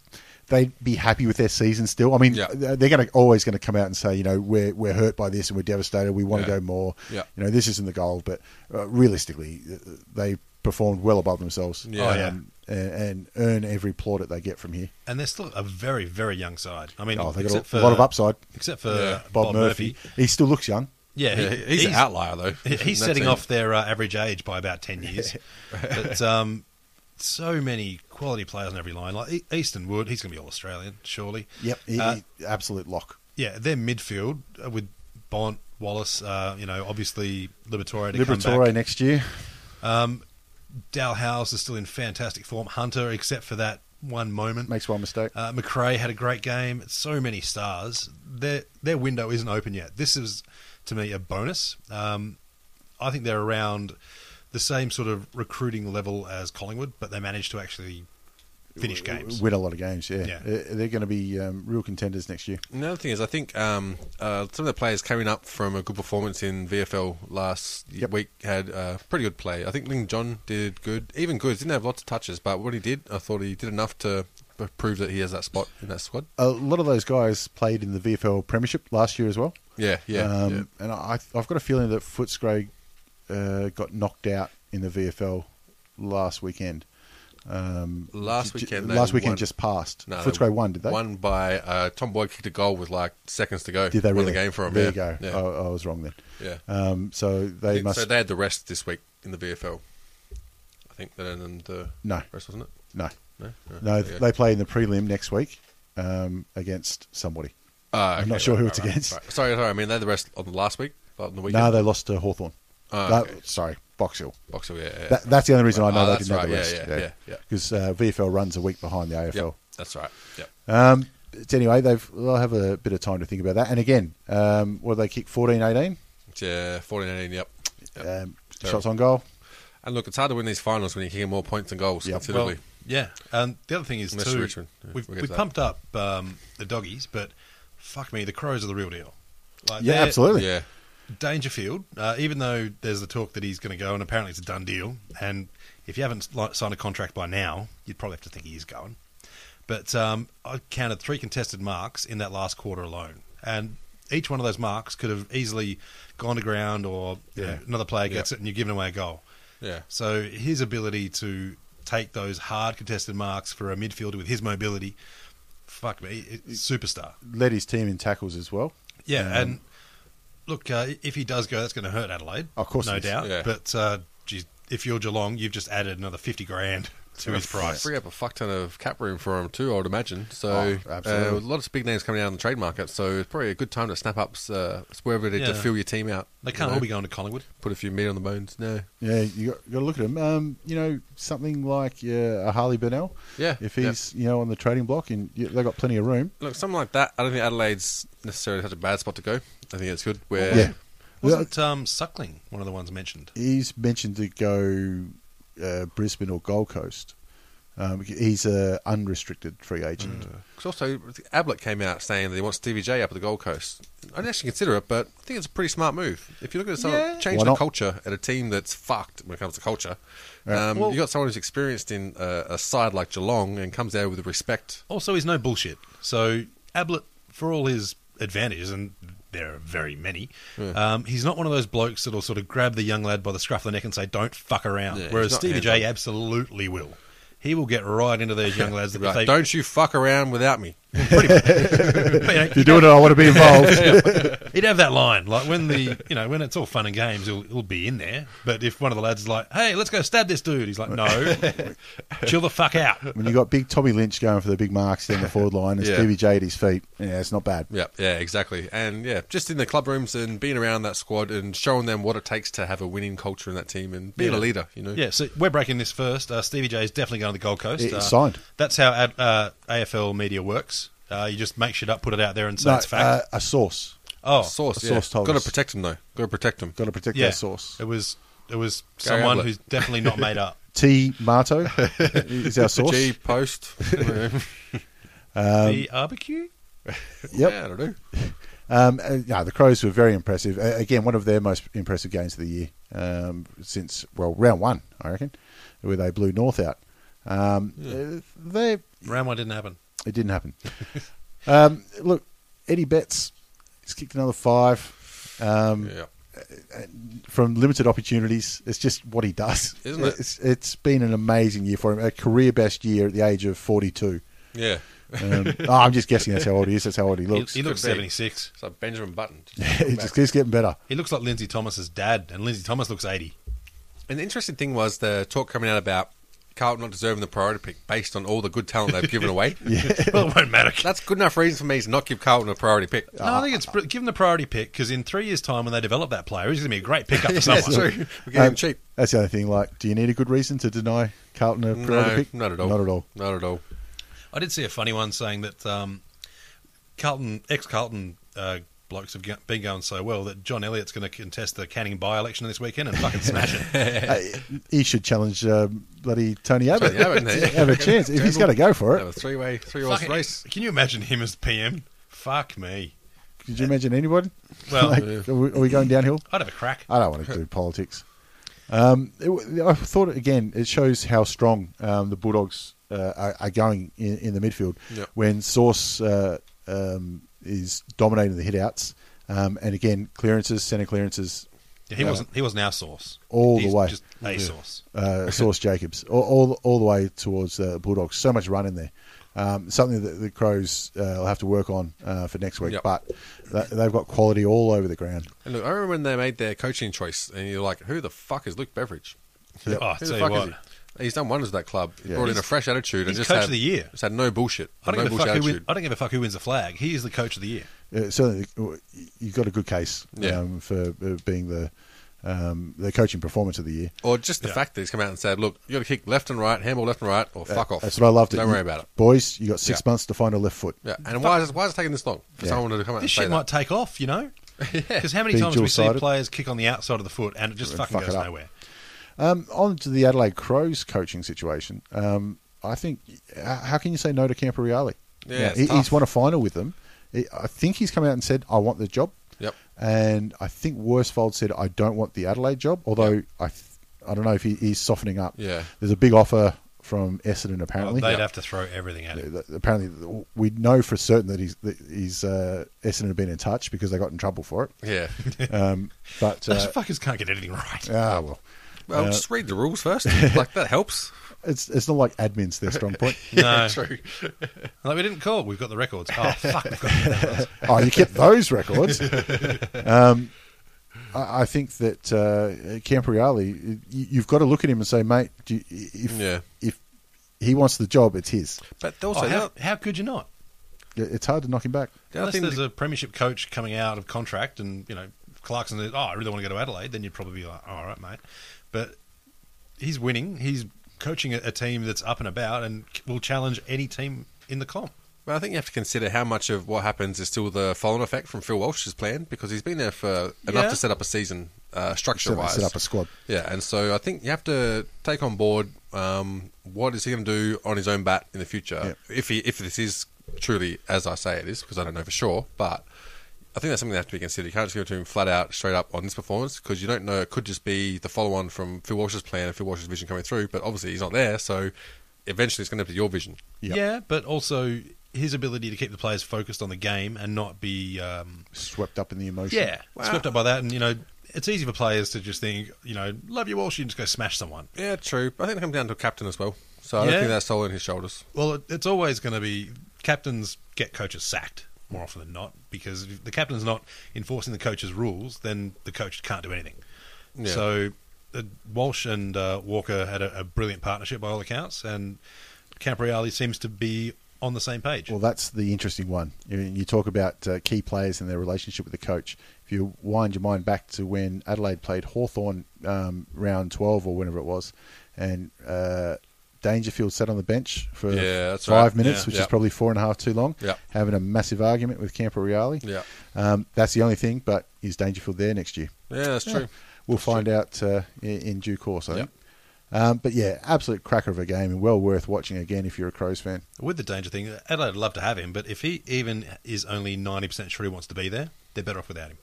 Speaker 3: they'd be happy with their season still. I mean,
Speaker 5: Yeah.
Speaker 3: they're going to always going to come out and say, you know, we're we're hurt by this and we're devastated. We want to
Speaker 5: Yeah.
Speaker 3: go more.
Speaker 5: Yeah.
Speaker 3: You know, this isn't the goal, but uh, realistically, uh, they performed well above themselves.
Speaker 5: Yeah. Oh, yeah.
Speaker 3: and, and earn every plaudit they get from here.
Speaker 4: And they're still a very, very young side. I mean,
Speaker 3: Oh, they got a,
Speaker 4: except for,
Speaker 3: lot of upside.
Speaker 4: Except for
Speaker 5: Yeah.
Speaker 4: Bob, Murphy.
Speaker 3: He still looks young.
Speaker 4: Yeah, he-
Speaker 5: Yeah, he's, an outlier though.
Speaker 4: He- He's
Speaker 5: That's
Speaker 4: setting
Speaker 5: it.
Speaker 4: off their uh, average age by about ten years. but um, so many quality players on every line. Like E- Easton Wood, he's going to be all Australian, surely.
Speaker 3: Yep, he,
Speaker 4: Uh,
Speaker 3: he- absolute lock.
Speaker 4: yeah, their midfield uh, with Bont, Wallace. Uh, you know, obviously Liberatore to come
Speaker 3: Liberatore
Speaker 4: back.
Speaker 3: next year.
Speaker 4: Dalhouse is still in fantastic form. Hunter, except for that one moment,
Speaker 3: Makes one mistake.
Speaker 4: Uh, McRae had a great game. So many stars. Their their window isn't open yet. This is to me a bonus. Um, I think they're around the same sort of recruiting level as Collingwood, but they managed to actually finish
Speaker 3: W-
Speaker 4: games.
Speaker 3: Win a lot of games, yeah.
Speaker 4: Yeah.
Speaker 3: Uh, They're going to be um, real contenders next year.
Speaker 5: Another thing is, I think um, uh, some of the players coming up from a good performance in VFL last
Speaker 3: Yep.
Speaker 5: week had uh, pretty good play. I think Ling John did good, even Goods didn't have lots of touches, but what he did, I thought he did enough to p- prove that he has that spot in that squad.
Speaker 3: A lot of those guys played in the VFL Premiership last year as well.
Speaker 5: Yeah, yeah,
Speaker 3: um,
Speaker 5: yeah.
Speaker 3: And I, I've got a feeling that Footscray uh, got knocked out in the VFL last weekend. Um,
Speaker 5: Last
Speaker 3: j- j-
Speaker 5: weekend, they
Speaker 3: last weekend
Speaker 5: won.
Speaker 3: just passed.
Speaker 5: No,
Speaker 3: Footscray won, did they?
Speaker 5: Won by uh, Tom Boyd kicked a goal with like seconds to go.
Speaker 3: Did they really?
Speaker 5: won the game for him?
Speaker 3: There
Speaker 5: yeah.
Speaker 3: you go.
Speaker 5: Yeah.
Speaker 3: I, I was wrong then.
Speaker 5: yeah.
Speaker 3: Um, so
Speaker 5: I
Speaker 3: they
Speaker 5: think-
Speaker 3: must.
Speaker 5: So they had the rest this week in the VFL. I think they didn't the
Speaker 3: No.
Speaker 5: rest, wasn't it?
Speaker 3: no,
Speaker 5: No,
Speaker 3: no,
Speaker 5: Okay.
Speaker 3: they play in the prelim next week um, against somebody.
Speaker 5: Ah,
Speaker 3: I'm
Speaker 5: okay,
Speaker 3: not sure
Speaker 5: right,
Speaker 3: who
Speaker 5: right,
Speaker 3: it's
Speaker 5: right,
Speaker 3: against.
Speaker 5: right. Sorry, sorry. I mean, they had the rest on the last week, but on the weekend.
Speaker 3: No, they lost to Hawthorn.
Speaker 5: Ah,
Speaker 3: No,
Speaker 5: okay.
Speaker 3: sorry, Box Hill.
Speaker 5: Box Hill, yeah, yeah.
Speaker 3: That, that's the only reason I
Speaker 5: Oh,
Speaker 3: know they
Speaker 5: that's
Speaker 3: didn't have the
Speaker 5: right.
Speaker 3: rest.
Speaker 5: Yeah, yeah, yeah, yeah.
Speaker 3: Because uh, VFL runs a week behind the AFL.
Speaker 5: Yep, that's right. Yep.
Speaker 3: Um, but anyway, they've they'll have a bit of time to think about that. And again, um, what did they kick 14 18?
Speaker 5: Yeah, 14 18, yep. Yep.
Speaker 3: Um,
Speaker 5: Terrible.
Speaker 3: shots on goal.
Speaker 5: and look, it's hard to win these finals when you're kicking more points than goals,
Speaker 3: Yep.
Speaker 5: considerably.
Speaker 4: yeah, and the other thing is
Speaker 5: Unless
Speaker 4: too,
Speaker 5: Richmond. Yeah,
Speaker 4: we've,
Speaker 5: we'll get
Speaker 4: we
Speaker 5: to that.
Speaker 4: pumped up um, the doggies, but fuck me, the Crows are the real deal. Like
Speaker 3: Yeah,
Speaker 4: they're-
Speaker 3: absolutely.
Speaker 5: Uh, yeah.
Speaker 4: Dangerfield, uh, even though there's the talk that he's going to go, and apparently it's a done deal, and if you haven't li- signed a contract by now, you'd probably have to think he is going. But um, I counted three contested marks in that last quarter alone, and each one of those marks could have easily gone to ground, or you know, another player gets
Speaker 5: Yeah.
Speaker 4: it, and you're giving away a goal.
Speaker 5: Yeah.
Speaker 4: So his ability to take those hard contested marks for a midfielder with his mobility, fuck me, it- superstar.
Speaker 3: Led his team in tackles as well.
Speaker 4: Yeah,
Speaker 3: Um,
Speaker 4: and look, uh, if he does go, that's going to hurt Adelaide.
Speaker 3: Of course
Speaker 4: no
Speaker 3: it is.
Speaker 4: doubt.
Speaker 5: Yeah.
Speaker 4: But uh, geez, if you're Geelong, you've just added another fifty grand to his price.
Speaker 5: Free up a fuck ton of cap room for him, too, I would imagine. So,
Speaker 3: Oh, absolutely.
Speaker 5: uh, a lot of big names coming out on the trade market, so it's probably a good time to snap up uh, wherever it is to
Speaker 4: Yeah.
Speaker 5: fill your team out.
Speaker 4: They
Speaker 5: you
Speaker 4: can't
Speaker 5: know,
Speaker 4: all be going to Collingwood.
Speaker 5: Put a few meat on the bones. No.
Speaker 3: Yeah, you got, you got to look at him. Um, you know, something like uh, a Harley Burnell.
Speaker 5: Yeah,
Speaker 3: If
Speaker 5: yeah.
Speaker 3: he's you know on the trading block and you, they got plenty of room.
Speaker 5: Look, something like that. I don't think Adelaide's necessarily such a bad spot to go. I think it's good. Where
Speaker 3: Yeah.
Speaker 4: Wasn't um, Suckling one of the ones mentioned?
Speaker 3: He's mentioned to go uh, Brisbane or Gold Coast. Um, he's a unrestricted free agent.
Speaker 5: Because also, Ablett came out saying that he wants Stevie J up at the Gold Coast. I'd actually consider it, but I think it's a pretty smart move. If you look at some
Speaker 4: Yeah.
Speaker 5: change
Speaker 3: Why
Speaker 5: the
Speaker 3: not?
Speaker 5: culture at a team that's fucked when it comes to culture,
Speaker 3: Yeah.
Speaker 5: um, you got someone who's experienced in uh, a, a side like Geelong and comes out with respect.
Speaker 4: Also, he's no bullshit. So Ablett, for all his advantages, and there are very many, um, he's not one of those blokes that'll sort of grab the young lad by the scruff of the neck and say, "Don't fuck around."
Speaker 5: Yeah,
Speaker 4: Whereas
Speaker 5: he's not
Speaker 4: Stevie J
Speaker 5: hands-on.
Speaker 4: absolutely will. He will get right into those young lads. That
Speaker 5: Right,
Speaker 4: if they,
Speaker 5: Don't you fuck around without me.
Speaker 4: you know,
Speaker 3: If you're doing it, I want to be involved.
Speaker 4: He'd have that line, like when the you know when it's all fun and games, he'll, he'll be in there. But if one of the lads is like, "Hey, let's go stab this dude," he's like, "No, chill the fuck out."
Speaker 3: when you got big Tommy Lynch going for the big marks down the forward line and
Speaker 5: Yeah.
Speaker 3: Stevie J at his feet, yeah, it's not bad.
Speaker 5: Yeah, yeah, exactly. And yeah, just in the club rooms and being around that squad and showing them what it takes to have a winning culture in that team and being
Speaker 4: Yeah.
Speaker 5: a leader, you know.
Speaker 4: Yeah, so we're breaking this first. Uh, Stevie J is definitely going to the Gold Coast.
Speaker 3: It's
Speaker 4: uh,
Speaker 3: signed.
Speaker 4: That's how ad, uh, AFL media works. Uh, you just make shit up, put it out there, and say
Speaker 3: no,
Speaker 4: it's fact.
Speaker 3: uh, a source.
Speaker 4: oh,
Speaker 5: Source,
Speaker 3: A
Speaker 5: yeah.
Speaker 3: source told
Speaker 5: Got to
Speaker 3: us.
Speaker 5: protect them, though. Got to protect them.
Speaker 3: Got to protect
Speaker 4: yeah,
Speaker 3: that source.
Speaker 4: It was it was
Speaker 5: Gary
Speaker 4: someone
Speaker 5: Ablett.
Speaker 4: who's definitely not made up.
Speaker 3: T Marto is our source.
Speaker 5: G post.
Speaker 3: Um,
Speaker 4: the barbecue.
Speaker 5: Yeah, I
Speaker 3: Yep.
Speaker 5: don't know.
Speaker 3: Um, uh, no, the Crows were very impressive. Uh, again, one of their most impressive games of the year um, since well round one, I reckon, where they blew North out. Um, uh, They
Speaker 4: Round one didn't happen.
Speaker 3: it didn't happen. um, look, Eddie Betts has kicked another five. Um,
Speaker 5: Yeah.
Speaker 3: from limited opportunities. It's just what he does.
Speaker 5: Isn't it?
Speaker 3: It's, it's been an amazing year for him, a career best year at the age of 42.
Speaker 5: Yeah.
Speaker 3: Um, oh, I'm just guessing that's how old he is. That's how old he
Speaker 4: He,
Speaker 3: looks.
Speaker 4: he looks
Speaker 5: Could be.
Speaker 4: 76.
Speaker 5: It's like Benjamin Button.
Speaker 3: he just keeps getting better.
Speaker 4: He looks like Lindsay Thomas's dad, and Lindsay Thomas looks 80.
Speaker 5: And the interesting thing was the talk coming out about Carlton not deserving the priority pick based on all the good talent they've given away.
Speaker 4: well, it won't matter.
Speaker 5: That's good enough reason for me to not give Carlton a priority pick.
Speaker 4: Ah.
Speaker 3: Ah,
Speaker 4: No, I think it's br- give him the priority pick because in three years' time, when they develop that player, he's going to be a great pickup for someone.
Speaker 5: That's true. We're getting
Speaker 3: Um,
Speaker 5: cheap.
Speaker 3: That's the other thing. Like, do you need a good reason to deny Carlton a priority
Speaker 5: No,
Speaker 3: pick?
Speaker 5: not at all.
Speaker 3: Not at all.
Speaker 5: Not at all.
Speaker 4: I did see a funny one saying that um, Carlton, ex-Carlton uh, blokes have go- been going so well that John Elliott's going to contest the Canning by-election this weekend and fucking smash it.
Speaker 3: Uh, he should challenge um, bloody Tony Abbott.
Speaker 5: Tony Abbott, yeah.
Speaker 3: have a chance if he's going to go for
Speaker 5: eh? Have a
Speaker 3: it.
Speaker 5: three-way, three-horse
Speaker 4: Fucking-
Speaker 5: race.
Speaker 4: Can you imagine him as PM? Fuck me.
Speaker 3: Could you imagine anybody?
Speaker 4: Well-
Speaker 3: Like, uh, are, we, are we going downhill?
Speaker 4: I'd have a crack.
Speaker 3: I don't want to do politics. Um, it w- I thought again, it shows how strong um, the Bulldogs uh, are, are going in, in the midfield
Speaker 5: Yep.
Speaker 3: when Source uh, um, is dominating the hitouts, um, and again clearances, centre clearances, Uh,
Speaker 4: Yeah, he wasn't. He was now source
Speaker 3: All the
Speaker 4: He's
Speaker 3: way.
Speaker 4: Just a source.
Speaker 3: uh, Source Jacobs, all, all all the way towards the Bulldogs. So much run in there. Um, something that the Crows uh, will have to work on uh, for next week,
Speaker 5: Yep.
Speaker 3: but th- they've got quality all over the ground.
Speaker 5: And look, I remember when they made their coaching choice, and you're like, "Who the fuck is Luke Beveridge?
Speaker 3: Yep.
Speaker 4: Oh, I
Speaker 5: Who
Speaker 4: tell
Speaker 5: the
Speaker 4: you
Speaker 5: fuck
Speaker 4: what.
Speaker 5: is he? He's done wonders at that club. He
Speaker 3: Yeah.
Speaker 5: brought in a
Speaker 3: He's-
Speaker 5: fresh attitude and
Speaker 4: he's
Speaker 5: just
Speaker 4: coach
Speaker 5: had,
Speaker 4: of the year.
Speaker 5: Just had no bullshit.
Speaker 4: I don't,
Speaker 5: no
Speaker 4: give a
Speaker 5: bullshit
Speaker 4: fuck who win,
Speaker 5: attitude.
Speaker 4: I don't give a fuck who wins the flag. He is the coach of the year.
Speaker 3: Uh, certainly, you've got a good case
Speaker 5: Yeah.
Speaker 3: um, for uh, being the um, the coaching performance of the year.
Speaker 5: Or just the
Speaker 4: Yeah.
Speaker 5: fact that he's come out and said, "Look, you got to kick left and right, handball left and right, or fuck off."
Speaker 3: That's what I loved.
Speaker 5: Don't
Speaker 3: You-
Speaker 5: worry about it.
Speaker 3: boys. You got six
Speaker 5: Yeah.
Speaker 3: months to find a left foot.
Speaker 5: Yeah. And why is, it, why is it taking this long for
Speaker 3: Yeah.
Speaker 5: someone to come out
Speaker 4: This
Speaker 5: and say
Speaker 4: shit
Speaker 5: that?
Speaker 4: might take off, you know. Because how many
Speaker 3: Be
Speaker 4: times do we see
Speaker 3: dual-sided.
Speaker 4: players kick on the outside of the foot and it just
Speaker 3: And
Speaker 4: fucking
Speaker 3: fuck it
Speaker 4: goes
Speaker 3: up.
Speaker 4: nowhere?
Speaker 3: Um, on to the Adelaide Crows coaching situation. Um, I think h- how can you say no to Camporeale?
Speaker 5: Yeah, it's
Speaker 3: he, he's
Speaker 5: tough.
Speaker 3: won a final with them. He, I think he's come out and said, "I want the job."
Speaker 5: Yep.
Speaker 3: And I think Worsfold said, "I don't want the Adelaide job." Although I, th- I don't know if he, he's softening up.
Speaker 5: Yeah.
Speaker 3: There's a big offer from Essendon
Speaker 4: Oh,
Speaker 3: apparently.
Speaker 4: they'd have to throw everything at him.
Speaker 3: that- apparently we know for certain that he's that he's uh, Essendon have been in touch because they got in trouble for it.
Speaker 5: Yeah.
Speaker 3: Um, but
Speaker 4: Those
Speaker 3: uh,
Speaker 4: fuckers can't get anything right.
Speaker 3: ah, well,
Speaker 5: Well, just read the rules first. like that helps.
Speaker 3: it's it's not like admins their strong point.
Speaker 4: No,
Speaker 5: True.
Speaker 4: like we didn't call. We've got the records. Oh fuck, we've got the records.
Speaker 3: oh, you kept those records. Um, I, I think that uh, Campriali, you, you've got to look at him and say, mate, do you, if
Speaker 5: Yeah.
Speaker 3: if he wants the job, it's his.
Speaker 5: But
Speaker 4: Oh,
Speaker 5: also, the,
Speaker 4: how,
Speaker 5: other-
Speaker 4: how could you not?
Speaker 3: It's hard to knock him back.
Speaker 5: the other
Speaker 4: Unless
Speaker 5: thing
Speaker 4: there's
Speaker 5: that-
Speaker 4: a premiership coach coming out of contract, and you know Clarkson. says, Oh, I really want to go to Adelaide. Then you'd probably be like, "Oh, all right, mate. But he's winning. He's coaching a, a team that's up and about and c- will challenge any team in the comp.
Speaker 5: but I think you have to consider how much of what happens is still the fallen effect from Phil Welsh's plan because he's been there for enough
Speaker 4: Yeah.
Speaker 5: to set up a season uh, structure
Speaker 3: Certainly
Speaker 5: wise.
Speaker 3: set up a squad.
Speaker 5: Yeah, and so I think you have to take on board um, what is he going to do on his own bat in the future if he if this is truly as I say it is because I don't know for sure, but I think that's something that has to be considered. You can't just go to him flat out straight up on this performance because you don't know it could just be the follow on from Phil Walsh's plan and Phil Walsh's vision coming through, but obviously he's not there, so eventually it's going to be your vision.
Speaker 3: Yep.
Speaker 4: Yeah, but also his ability to keep the players focused on the game and not be um,
Speaker 3: Swept up in the emotion.
Speaker 4: yeah swept up by that. And you know, it's easy for players to just think, you know, love you Walsh, you just go smash someone.
Speaker 5: Yeah, true. But I think it comes down to captain as well. So I don't
Speaker 4: Yeah.
Speaker 5: think that's all on his shoulders.
Speaker 4: Well, it, it's always going to be captains get coaches sacked more often than not because if the captain's not enforcing the coach's rules, then the coach can't do anything.
Speaker 5: Yeah.
Speaker 4: So uh, Walsh and uh, Walker had a, a brilliant partnership by all accounts, and Campriali seems to be on the same page.
Speaker 3: Well, that's the interesting one. You, you talk about uh, key players and their relationship with the coach. If you wind your mind back to when Adelaide played Hawthorn um, round 12 or whenever it was, and uh, Dangerfield sat on the bench for
Speaker 5: Yeah, that's
Speaker 3: five
Speaker 5: right.
Speaker 3: minutes,
Speaker 5: Yeah.
Speaker 3: which
Speaker 5: Yeah.
Speaker 3: is probably four and a half too long,
Speaker 5: Yeah.
Speaker 3: having a massive argument with Camporeale.
Speaker 5: Yeah.
Speaker 3: Um, that's the only thing, but is Dangerfield there next year?
Speaker 5: Yeah, that's true.
Speaker 3: We'll find out uh, in, in due course, I
Speaker 5: Yeah.
Speaker 3: think. Um, but yeah, absolute cracker of a game and well worth watching again if you're a Crows fan.
Speaker 4: With the danger thing, Adelaide would love to have him, but if he even is only ninety percent sure he wants to be there, they're better off without him.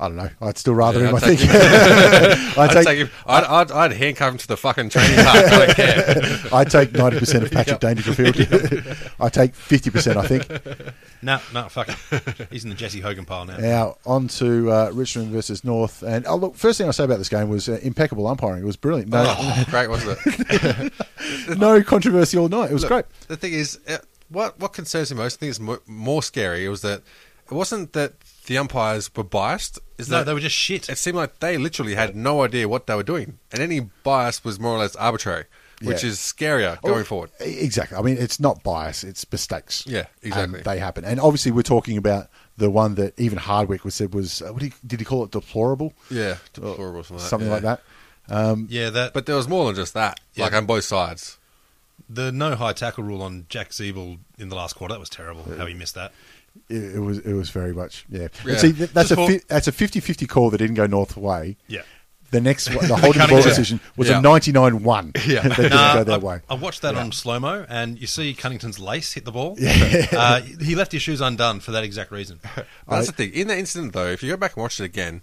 Speaker 3: I don't know. I'd still rather
Speaker 5: Yeah,
Speaker 3: him. I
Speaker 5: I'd
Speaker 3: think.
Speaker 5: take
Speaker 3: I
Speaker 5: I'd,
Speaker 3: take.
Speaker 5: take him, I'd, I'd, I'd handcuff him to the fucking training park. I don't care.
Speaker 3: I take ninety percent of Patrick Dangerfield. I take fifty percent. I think.
Speaker 4: No, no, fuck it. He's in the Jesse Hogan pile now.
Speaker 3: Now on to uh, Richmond versus North, and oh, look, first thing I say about this game was uh, impeccable umpiring. It was brilliant. No,
Speaker 5: Oh, great, wasn't it?
Speaker 3: no controversy all night. It was great.
Speaker 5: Look, The thing is, uh, what what concerns me most, I think is mo- more scary, was that it wasn't that the umpires were biased. Is
Speaker 4: No,
Speaker 5: that
Speaker 4: they were just shit.
Speaker 5: It seemed like they literally had no idea what they were doing, and any bias was more or less arbitrary, which
Speaker 3: Yeah.
Speaker 5: is scarier going forward.
Speaker 3: E- Exactly. I mean, it's not bias; it's mistakes.
Speaker 5: Yeah, exactly.
Speaker 3: And they happen, and obviously, we're talking about the one that even Hardwick was said was uh, what did he, did he call it deplorable?
Speaker 5: Yeah, deplorable, something like that,
Speaker 3: something
Speaker 5: yeah.
Speaker 3: like that.
Speaker 4: Yeah, that. But
Speaker 5: But there was more than just that,
Speaker 4: Yeah.
Speaker 5: like on both sides.
Speaker 4: the no high tackle rule on Jack Siebel in the last quarter that was terrible. How he missed that.
Speaker 3: It, it was it was very much yeah.
Speaker 5: Yeah.
Speaker 3: And see, th- that's
Speaker 4: Just
Speaker 3: a
Speaker 4: for-
Speaker 3: fi- that's a 50-50 call that didn't go North way.
Speaker 4: Yeah.
Speaker 3: The next one, the holding
Speaker 4: Cunningham.
Speaker 3: ball decision was
Speaker 5: Yeah.
Speaker 3: a ninety nine one. Yeah, that didn't
Speaker 4: Nah,
Speaker 3: go that
Speaker 4: I,
Speaker 3: way.
Speaker 4: I watched that on slow mo, and you see Cunnington's lace hit the ball. Uh, he left his shoes undone for that exact reason.
Speaker 5: But that's the thing. In that incident, though, if you go back and watch it again,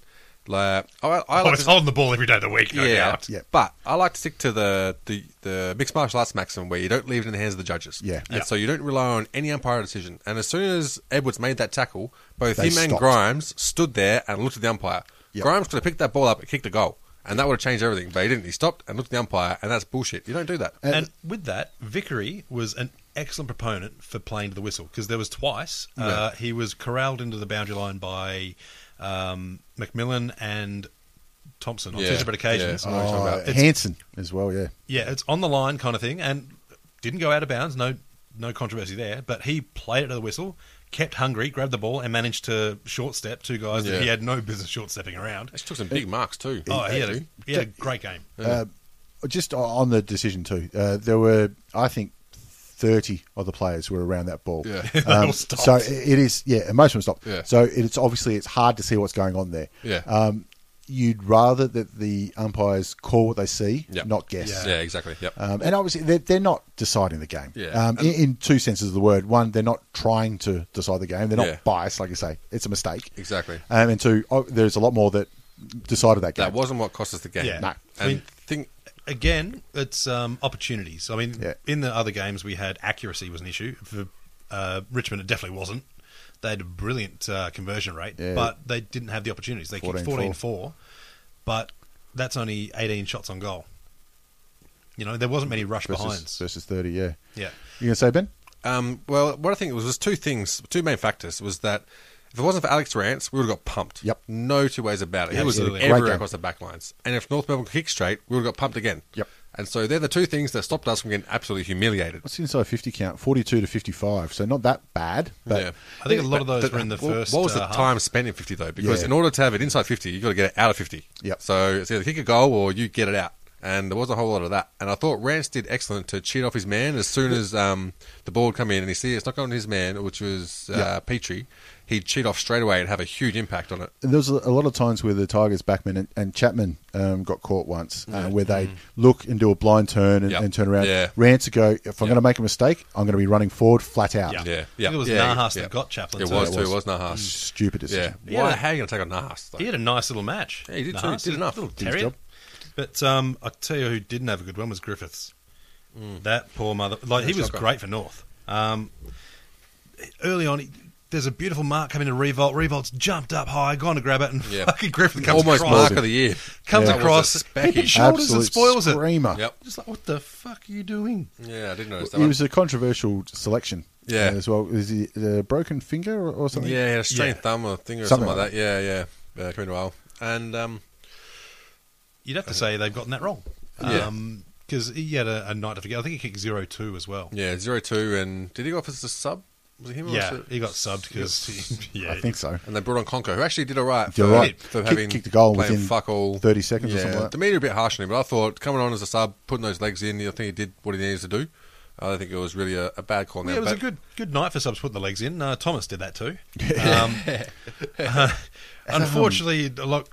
Speaker 5: like I, I
Speaker 4: Oh,
Speaker 5: like
Speaker 4: it's
Speaker 5: to-
Speaker 4: holding the ball every day of the week, no
Speaker 5: yeah,
Speaker 4: doubt.
Speaker 3: Yeah.
Speaker 5: But I like to stick to the, the, the mixed martial arts maxim where you don't leave it in the hands of the judges.
Speaker 3: Yeah.
Speaker 5: And
Speaker 4: Yeah.
Speaker 5: so you don't rely on any umpire decision. And as soon as Edwards made that tackle, both
Speaker 3: They
Speaker 5: him and
Speaker 3: stopped.
Speaker 5: Grimes stood there and looked at the umpire.
Speaker 3: Yep.
Speaker 5: Grimes could have picked that ball up and kicked a goal. And that would have changed everything. But he didn't. He stopped and looked at the umpire, and that's bullshit. You don't do that.
Speaker 4: And with that, Vickery was an excellent proponent for playing to the whistle because there was twice uh, he was corralled into the boundary line by um, Macmillan and Thompson on two
Speaker 5: Yeah,
Speaker 4: separate occasions.
Speaker 5: yeah, I know what you're talking
Speaker 3: Uh,
Speaker 5: about.
Speaker 4: It's-
Speaker 3: Hanson as well, yeah.
Speaker 4: Yeah, it's on the line kind of thing, and didn't go out of bounds. No, no controversy there. But he played it to the whistle, kept hungry, grabbed the ball, and managed to short step two guys that
Speaker 5: Yeah.
Speaker 4: he had no business short stepping around.
Speaker 5: She took some big marks, too.
Speaker 4: Oh, he had a, he had a great game.
Speaker 3: Uh, just o- on the decision too, uh, there were I think thirty other players were around that ball. Um,
Speaker 5: Yeah.
Speaker 4: They all stopped.
Speaker 3: so it it is yeah, emotional stop.
Speaker 5: Yeah.
Speaker 3: So it's obviously it's hard to see what's going on there.
Speaker 5: Yeah.
Speaker 3: Um, you'd rather that the umpires call what they see,
Speaker 5: Yep.
Speaker 3: not guess.
Speaker 5: Yeah, exactly. Yep.
Speaker 3: Um, and obviously, they're, they're not deciding the game.
Speaker 5: Yeah.
Speaker 3: Um, in, in two senses of the word. One, they're not trying to decide the game. They're not
Speaker 5: Yeah.
Speaker 3: biased, like you say. It's a mistake.
Speaker 5: Exactly.
Speaker 3: Um, and two, oh, there's a lot more that decided that game.
Speaker 5: That wasn't what cost us the game.
Speaker 4: Yeah.
Speaker 3: No.
Speaker 4: I mean-
Speaker 5: And think,
Speaker 4: Again, it's um, opportunities. I mean,
Speaker 3: Yeah.
Speaker 4: in the other games we had accuracy was an issue for uh, Richmond. It definitely wasn't. They had a brilliant uh, conversion rate,
Speaker 3: Yeah.
Speaker 4: but they didn't have the opportunities. They kicked
Speaker 3: 14-4.
Speaker 4: 14-4, but that's only 18 shots on goal. You know, there wasn't many rush
Speaker 3: versus,
Speaker 4: behinds.
Speaker 3: versus 30, yeah.
Speaker 4: Yeah.
Speaker 3: You going to say, Ben?
Speaker 5: Um, well, what I think it was was two things, two main factors was that if it wasn't for Alex Rance, we would have got pumped.
Speaker 3: Yep.
Speaker 5: No two ways about it.
Speaker 4: Yeah,
Speaker 5: he was
Speaker 4: absolutely.
Speaker 3: Great
Speaker 5: everywhere
Speaker 3: game.
Speaker 5: across the back lines. And if North Melbourne could kick straight, we would have got pumped again.
Speaker 3: Yep.
Speaker 5: And so they're the two things that stopped us from getting absolutely humiliated.
Speaker 3: What's the inside 50 count? 42 to 55. So not that bad. But
Speaker 5: yeah.
Speaker 4: I think a lot of those were in the
Speaker 5: What-
Speaker 4: first.
Speaker 5: What was the
Speaker 4: uh, half.
Speaker 5: time spent in 50, though? Because
Speaker 3: Yeah.
Speaker 5: in order to have it inside 50, you've got to get it out of 50.
Speaker 3: Yep.
Speaker 5: So it's either kick a goal or you get it out. And there was a whole lot of that. And I thought Rance did excellent to cheat off his man as soon as um, the ball would come in and he see it's not going to his man, which was uh,
Speaker 3: Yeah.
Speaker 5: Petrie. He'd cheat off straight away and have a huge impact on it.
Speaker 3: And there was a a lot of times where the Tigers backman and, and Chapman um, got caught once, uh, where they look and do a blind turn and,
Speaker 5: Mm-hmm. Yep.
Speaker 3: and turn around.
Speaker 5: Yeah.
Speaker 3: Rance would go, if I'm going to make a mistake, I'm going to be running forward flat out. Ah,
Speaker 4: Yeah.
Speaker 5: Yeah.
Speaker 4: I think it was
Speaker 5: Yeah,
Speaker 4: Nahas that
Speaker 5: yeah.
Speaker 4: got Chaplin.
Speaker 5: It
Speaker 4: too.
Speaker 5: was too. It was Nahas.
Speaker 3: Stupid decision.
Speaker 5: Yeah.
Speaker 4: He
Speaker 5: Why?
Speaker 4: had a-
Speaker 5: How are you going to take on Nahas? though?
Speaker 4: Mm. He had a nice little match.
Speaker 5: Yeah, he did
Speaker 4: Nah,
Speaker 5: too. He did
Speaker 4: little-
Speaker 5: enough.
Speaker 4: Little
Speaker 5: Did his
Speaker 4: terrier.
Speaker 5: job.
Speaker 4: But um, I tell you who didn't have a good one was Griffiths. That poor mother. Like he
Speaker 5: Mm. Yeah,
Speaker 4: was
Speaker 5: shocker.
Speaker 4: great for North. Um, early on, he, there's a beautiful mark coming to Revolt. Revolt's jumped up high, gone to grab it, and
Speaker 5: Yeah.
Speaker 4: fucking Griffith comes
Speaker 5: Almost
Speaker 4: across.
Speaker 5: mark of the year.
Speaker 4: Comes
Speaker 5: That was
Speaker 4: across,
Speaker 5: a specky.
Speaker 4: shoulders and
Speaker 3: Absolute
Speaker 4: spoils
Speaker 3: screamer.
Speaker 4: it.
Speaker 5: Yep.
Speaker 4: Just like, what the fuck are you doing?
Speaker 5: Yeah, I didn't notice that
Speaker 3: It
Speaker 5: one.
Speaker 3: was a controversial selection.
Speaker 5: Yeah.
Speaker 3: uh, As well. Is he a broken finger or, or something?
Speaker 5: Yeah, he had a strained
Speaker 4: Yeah.
Speaker 5: thumb or finger or
Speaker 3: Something
Speaker 5: something, like
Speaker 3: like
Speaker 5: that. Yeah, yeah. Yeah, coming to well. And um,
Speaker 4: You'd have to say they've gotten that wrong.
Speaker 5: Yeah.
Speaker 4: because he had a, a night to forget. I think he kicked zero two as well.
Speaker 5: yeah, zero two, and did he go off as a sub? Was it him? or
Speaker 4: Yeah,
Speaker 5: was it-
Speaker 4: he got subbed because yeah,
Speaker 3: I think so.
Speaker 5: And they brought on Conker, who actually did all right. For,
Speaker 3: You're right.
Speaker 5: For
Speaker 3: Kick-
Speaker 5: having
Speaker 3: kicked a goal
Speaker 5: playing
Speaker 3: within
Speaker 5: fuck all
Speaker 3: 30 seconds or
Speaker 5: Yeah,
Speaker 3: something like that.
Speaker 5: The media a bit harsh on him, but I thought coming on as a sub, putting those legs in, I think he did what he needed to do. I don't think it was really a, a bad call.
Speaker 4: Yeah,
Speaker 5: now,
Speaker 4: it was a
Speaker 5: but-
Speaker 4: good good night for subs putting the legs in. Uh, Thomas did that too. Um, uh, unfortunately, look,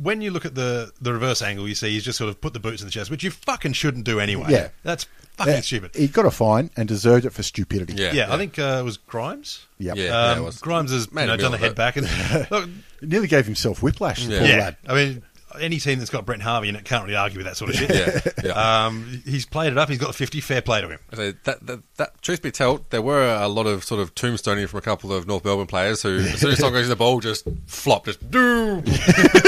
Speaker 4: when you look at the the reverse angle, you see he's just sort of put the boots in the chest, which you fucking shouldn't do anyway.
Speaker 3: Yeah.
Speaker 4: that's fucking
Speaker 3: Yeah,
Speaker 4: stupid.
Speaker 3: He got a fine and deserved it for stupidity.
Speaker 5: Yeah.
Speaker 4: yeah, I think uh, it was Grimes.
Speaker 3: Yep.
Speaker 5: Yeah.
Speaker 4: um,
Speaker 5: it was.
Speaker 4: Grimes has
Speaker 5: Made
Speaker 4: you know,
Speaker 5: a
Speaker 4: done
Speaker 5: meal
Speaker 4: the
Speaker 5: of
Speaker 4: head
Speaker 5: it.
Speaker 4: back, and look,
Speaker 3: Nearly gave himself whiplash. the
Speaker 5: Yeah.
Speaker 3: Poor
Speaker 4: yeah,
Speaker 3: lad.
Speaker 4: I mean, any team that's got Brent Harvey in it can't really argue with that sort of shit.
Speaker 5: Yeah, yeah.
Speaker 4: Um, he's played it up. He's got the fifty. Fair play to him.
Speaker 5: So uh, that, that, that, truth be told, there were a lot of sort of tombstoning from a couple of North Melbourne players who, as soon as someone goes in the ball, just flop, just do,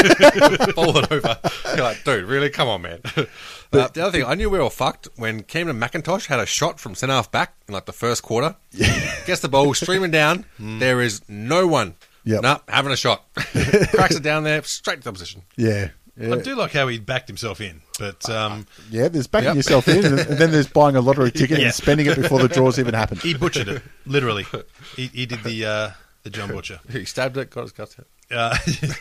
Speaker 5: ball it over. You're like, dude, really? Come on, man. uh, the other thing, I knew we were fucked when Cameron McIntosh had a shot from centre half back in like the first quarter. Gets the ball streaming down. There is no one.
Speaker 3: Yep.
Speaker 5: Nah, having a shot. Cracks it down there, straight to the opposition.
Speaker 3: Yeah. Yeah.
Speaker 4: I do like how he backed himself in, but um,
Speaker 3: Yeah, there's backing
Speaker 5: Yep.
Speaker 3: yourself in, and, and then there's buying a lottery ticket
Speaker 4: Yeah.
Speaker 3: and spending it before the draws even happen.
Speaker 4: he butchered it literally. He, he did the uh, the John Butcher.
Speaker 5: He stabbed it, got his guts out.
Speaker 4: Uh,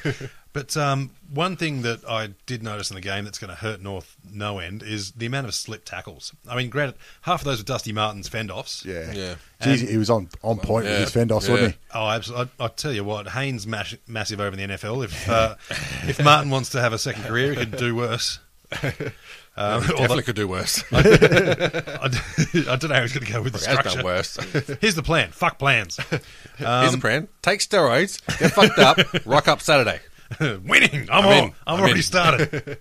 Speaker 4: but um, one thing that I did notice in the game that's going to hurt North no end is the amount of slip tackles. I mean, granted, half of those were Dusty Martin's fend offs.
Speaker 3: Yeah,
Speaker 5: Yeah.
Speaker 3: Jeez, he was on on point
Speaker 5: Yeah.
Speaker 3: with his fend offs,
Speaker 5: Yeah.
Speaker 3: wasn't he?
Speaker 4: Oh, absolutely! I, I tell you what, Haynes mash, massive over in the NFL. If uh, if Martin wants to have a second career, he could do worse. Um, although-
Speaker 5: Definitely could do worse.
Speaker 4: I, d- I don't know how he's going to go with the
Speaker 5: That's done
Speaker 4: structure.
Speaker 5: worse.
Speaker 4: Here's the plan. Fuck plans.
Speaker 5: Here's a plan. Take steroids, get fucked up, rock up Saturday.
Speaker 4: Winning. I'm,
Speaker 5: I'm in.
Speaker 4: on. I'm,
Speaker 5: I'm
Speaker 4: already
Speaker 5: in.
Speaker 4: started.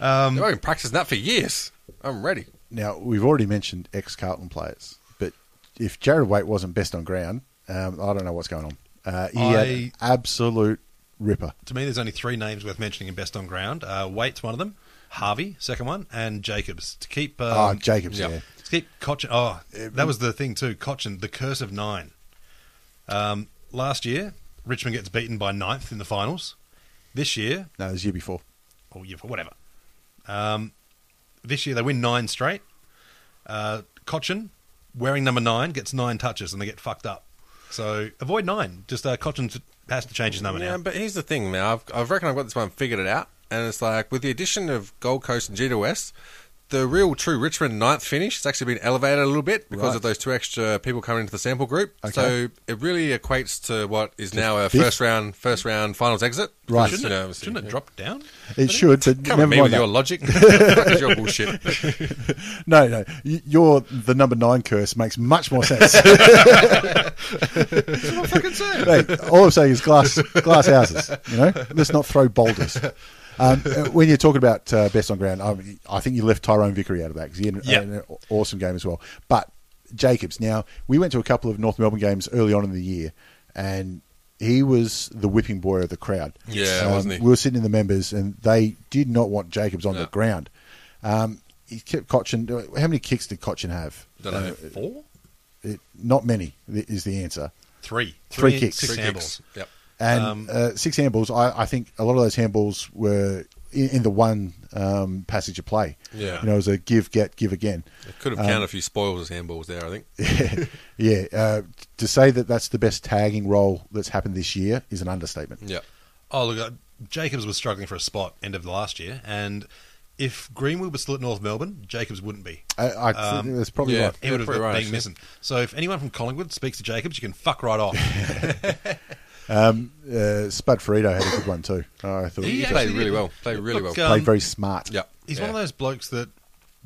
Speaker 5: I've been practicing that for years. I'm ready.
Speaker 3: Now we've already mentioned ex Carlton players, but if Jared Waite wasn't best on ground, um, I don't know what's going on. Uh, he had an absolute ripper.
Speaker 4: to me, there's only three names worth mentioning in best on ground. Uh, Waite's one of them. Harvey, second one, and Jacobs to keep. Um,
Speaker 3: oh, Jacobs,
Speaker 5: yeah.
Speaker 3: yeah.
Speaker 4: to keep Cochin. Oh, that was the thing too. Cochin, the curse of nine. Um, last year, Richmond gets beaten by ninth in the finals. This year,
Speaker 3: No, it was the year before.
Speaker 4: or year for whatever. Um, this year they win nine straight. Uh, Cochin, wearing number nine, gets nine touches and they get fucked up. So avoid nine. Just uh, Cochin has to change his number
Speaker 5: Yeah,
Speaker 4: now.
Speaker 5: but here's the thing, man. I've, I reckon I've got this one figured it out. And it's like, with the addition of Gold Coast and Gita West, the real true Richmond ninth finish has actually been elevated a little bit because
Speaker 3: Right.
Speaker 5: of those two extra people coming into the sample group.
Speaker 3: Okay.
Speaker 5: So it really equates to what is now a
Speaker 3: fifth?
Speaker 5: first round, first round finals exit.
Speaker 3: Right.
Speaker 5: Because, you
Speaker 4: Shouldn't,
Speaker 5: know,
Speaker 4: it,
Speaker 5: obviously-
Speaker 4: shouldn't it drop down?
Speaker 3: It should, but
Speaker 5: Come
Speaker 3: never
Speaker 5: at me with
Speaker 3: mind.
Speaker 5: your
Speaker 3: That.
Speaker 5: logic. Fuck is your bullshit.
Speaker 3: No, no, y- your the number nine curse makes much more sense. Hey, all I'm saying is glass glass houses. You know, let's not throw boulders. Um, uh, when you're talking about uh, best on ground, I, I think you left Tyrone Vickery out of that because he had an,
Speaker 4: Yeah.
Speaker 3: an uh, awesome game as well. But Jacobs, now we went to a couple of North Melbourne games early on in the year, and he was the whipping boy of the crowd.
Speaker 5: Yeah,
Speaker 3: Um,
Speaker 5: wasn't he?
Speaker 3: We were sitting in the members, and they did not want Jacobs on
Speaker 5: No.
Speaker 3: the ground. Um, he kept Cochin. uh, How many kicks did Cochin have?
Speaker 5: Don't know.
Speaker 4: Four?
Speaker 3: It, not many is the answer.
Speaker 4: Three.
Speaker 3: Three kicks.
Speaker 4: Six
Speaker 5: Three
Speaker 4: handballs.
Speaker 5: kicks. Yep.
Speaker 3: and
Speaker 4: Um,
Speaker 3: uh, six handballs. I, I think a lot of those handballs were in, in the one um, passage of play.
Speaker 5: Yeah.
Speaker 3: you know, it was a give, get, give again.
Speaker 5: Could have counted a few spoils as handballs there, I think.
Speaker 3: yeah, uh, to say that that's the best tagging role that's happened this year is an understatement.
Speaker 5: Yeah.
Speaker 4: Oh, look, uh, Jacobs was struggling for a spot end of last year. And if Greenwood was still at North Melbourne, Jacobs wouldn't be.
Speaker 3: I, I think that's probably
Speaker 5: Um, yeah.
Speaker 3: right.
Speaker 4: He would have
Speaker 5: pretty
Speaker 4: been
Speaker 5: right, actually.
Speaker 4: missing. So if anyone from Collingwood speaks to Jacobs, you can fuck right off.
Speaker 3: Uh, Spud Frito had a good one too. I thought
Speaker 5: He
Speaker 3: he
Speaker 5: played
Speaker 4: actually
Speaker 5: really
Speaker 4: did.
Speaker 5: well. Played really
Speaker 4: Look,
Speaker 5: well.
Speaker 4: um,
Speaker 3: played very smart.
Speaker 5: Yeah.
Speaker 4: He's
Speaker 5: yeah.
Speaker 4: one of those blokes that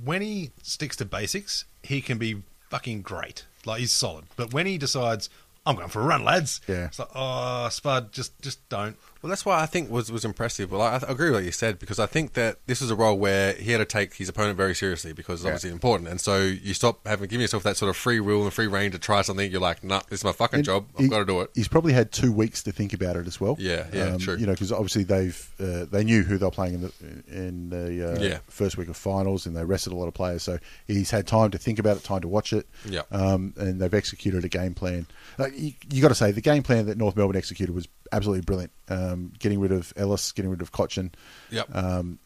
Speaker 4: when he sticks to basics, he can be fucking great. Like he's solid. But when he decides, I'm going for a run, lads.
Speaker 3: Yeah.
Speaker 4: It's like, oh, Spud, just just don't.
Speaker 5: Well, that's why I think was was impressive. Well, I, I agree with what you said because I think that this is a role where he had to take his opponent very seriously because it's obviously important, and so you stop having giving yourself that sort of free will and free reign to try something. You're like, nah, this is my fucking
Speaker 3: And
Speaker 5: job.
Speaker 3: he-
Speaker 5: I've got to do it.
Speaker 3: He's probably had two weeks to think about it as well. Um,
Speaker 5: Yeah, yeah, true.
Speaker 3: You know, because obviously they've uh, they knew who they were playing in the in the uh,
Speaker 5: Yeah.
Speaker 3: first week of finals, and they rested a lot of players, so he's had time to think about it, time to watch it.
Speaker 5: Yeah.
Speaker 3: um, and they've executed a game plan. Uh, you you got to say the game plan that North Melbourne executed was absolutely brilliant. Um, getting rid of Ellis, getting rid of Cochin,
Speaker 5: Yep.
Speaker 3: um,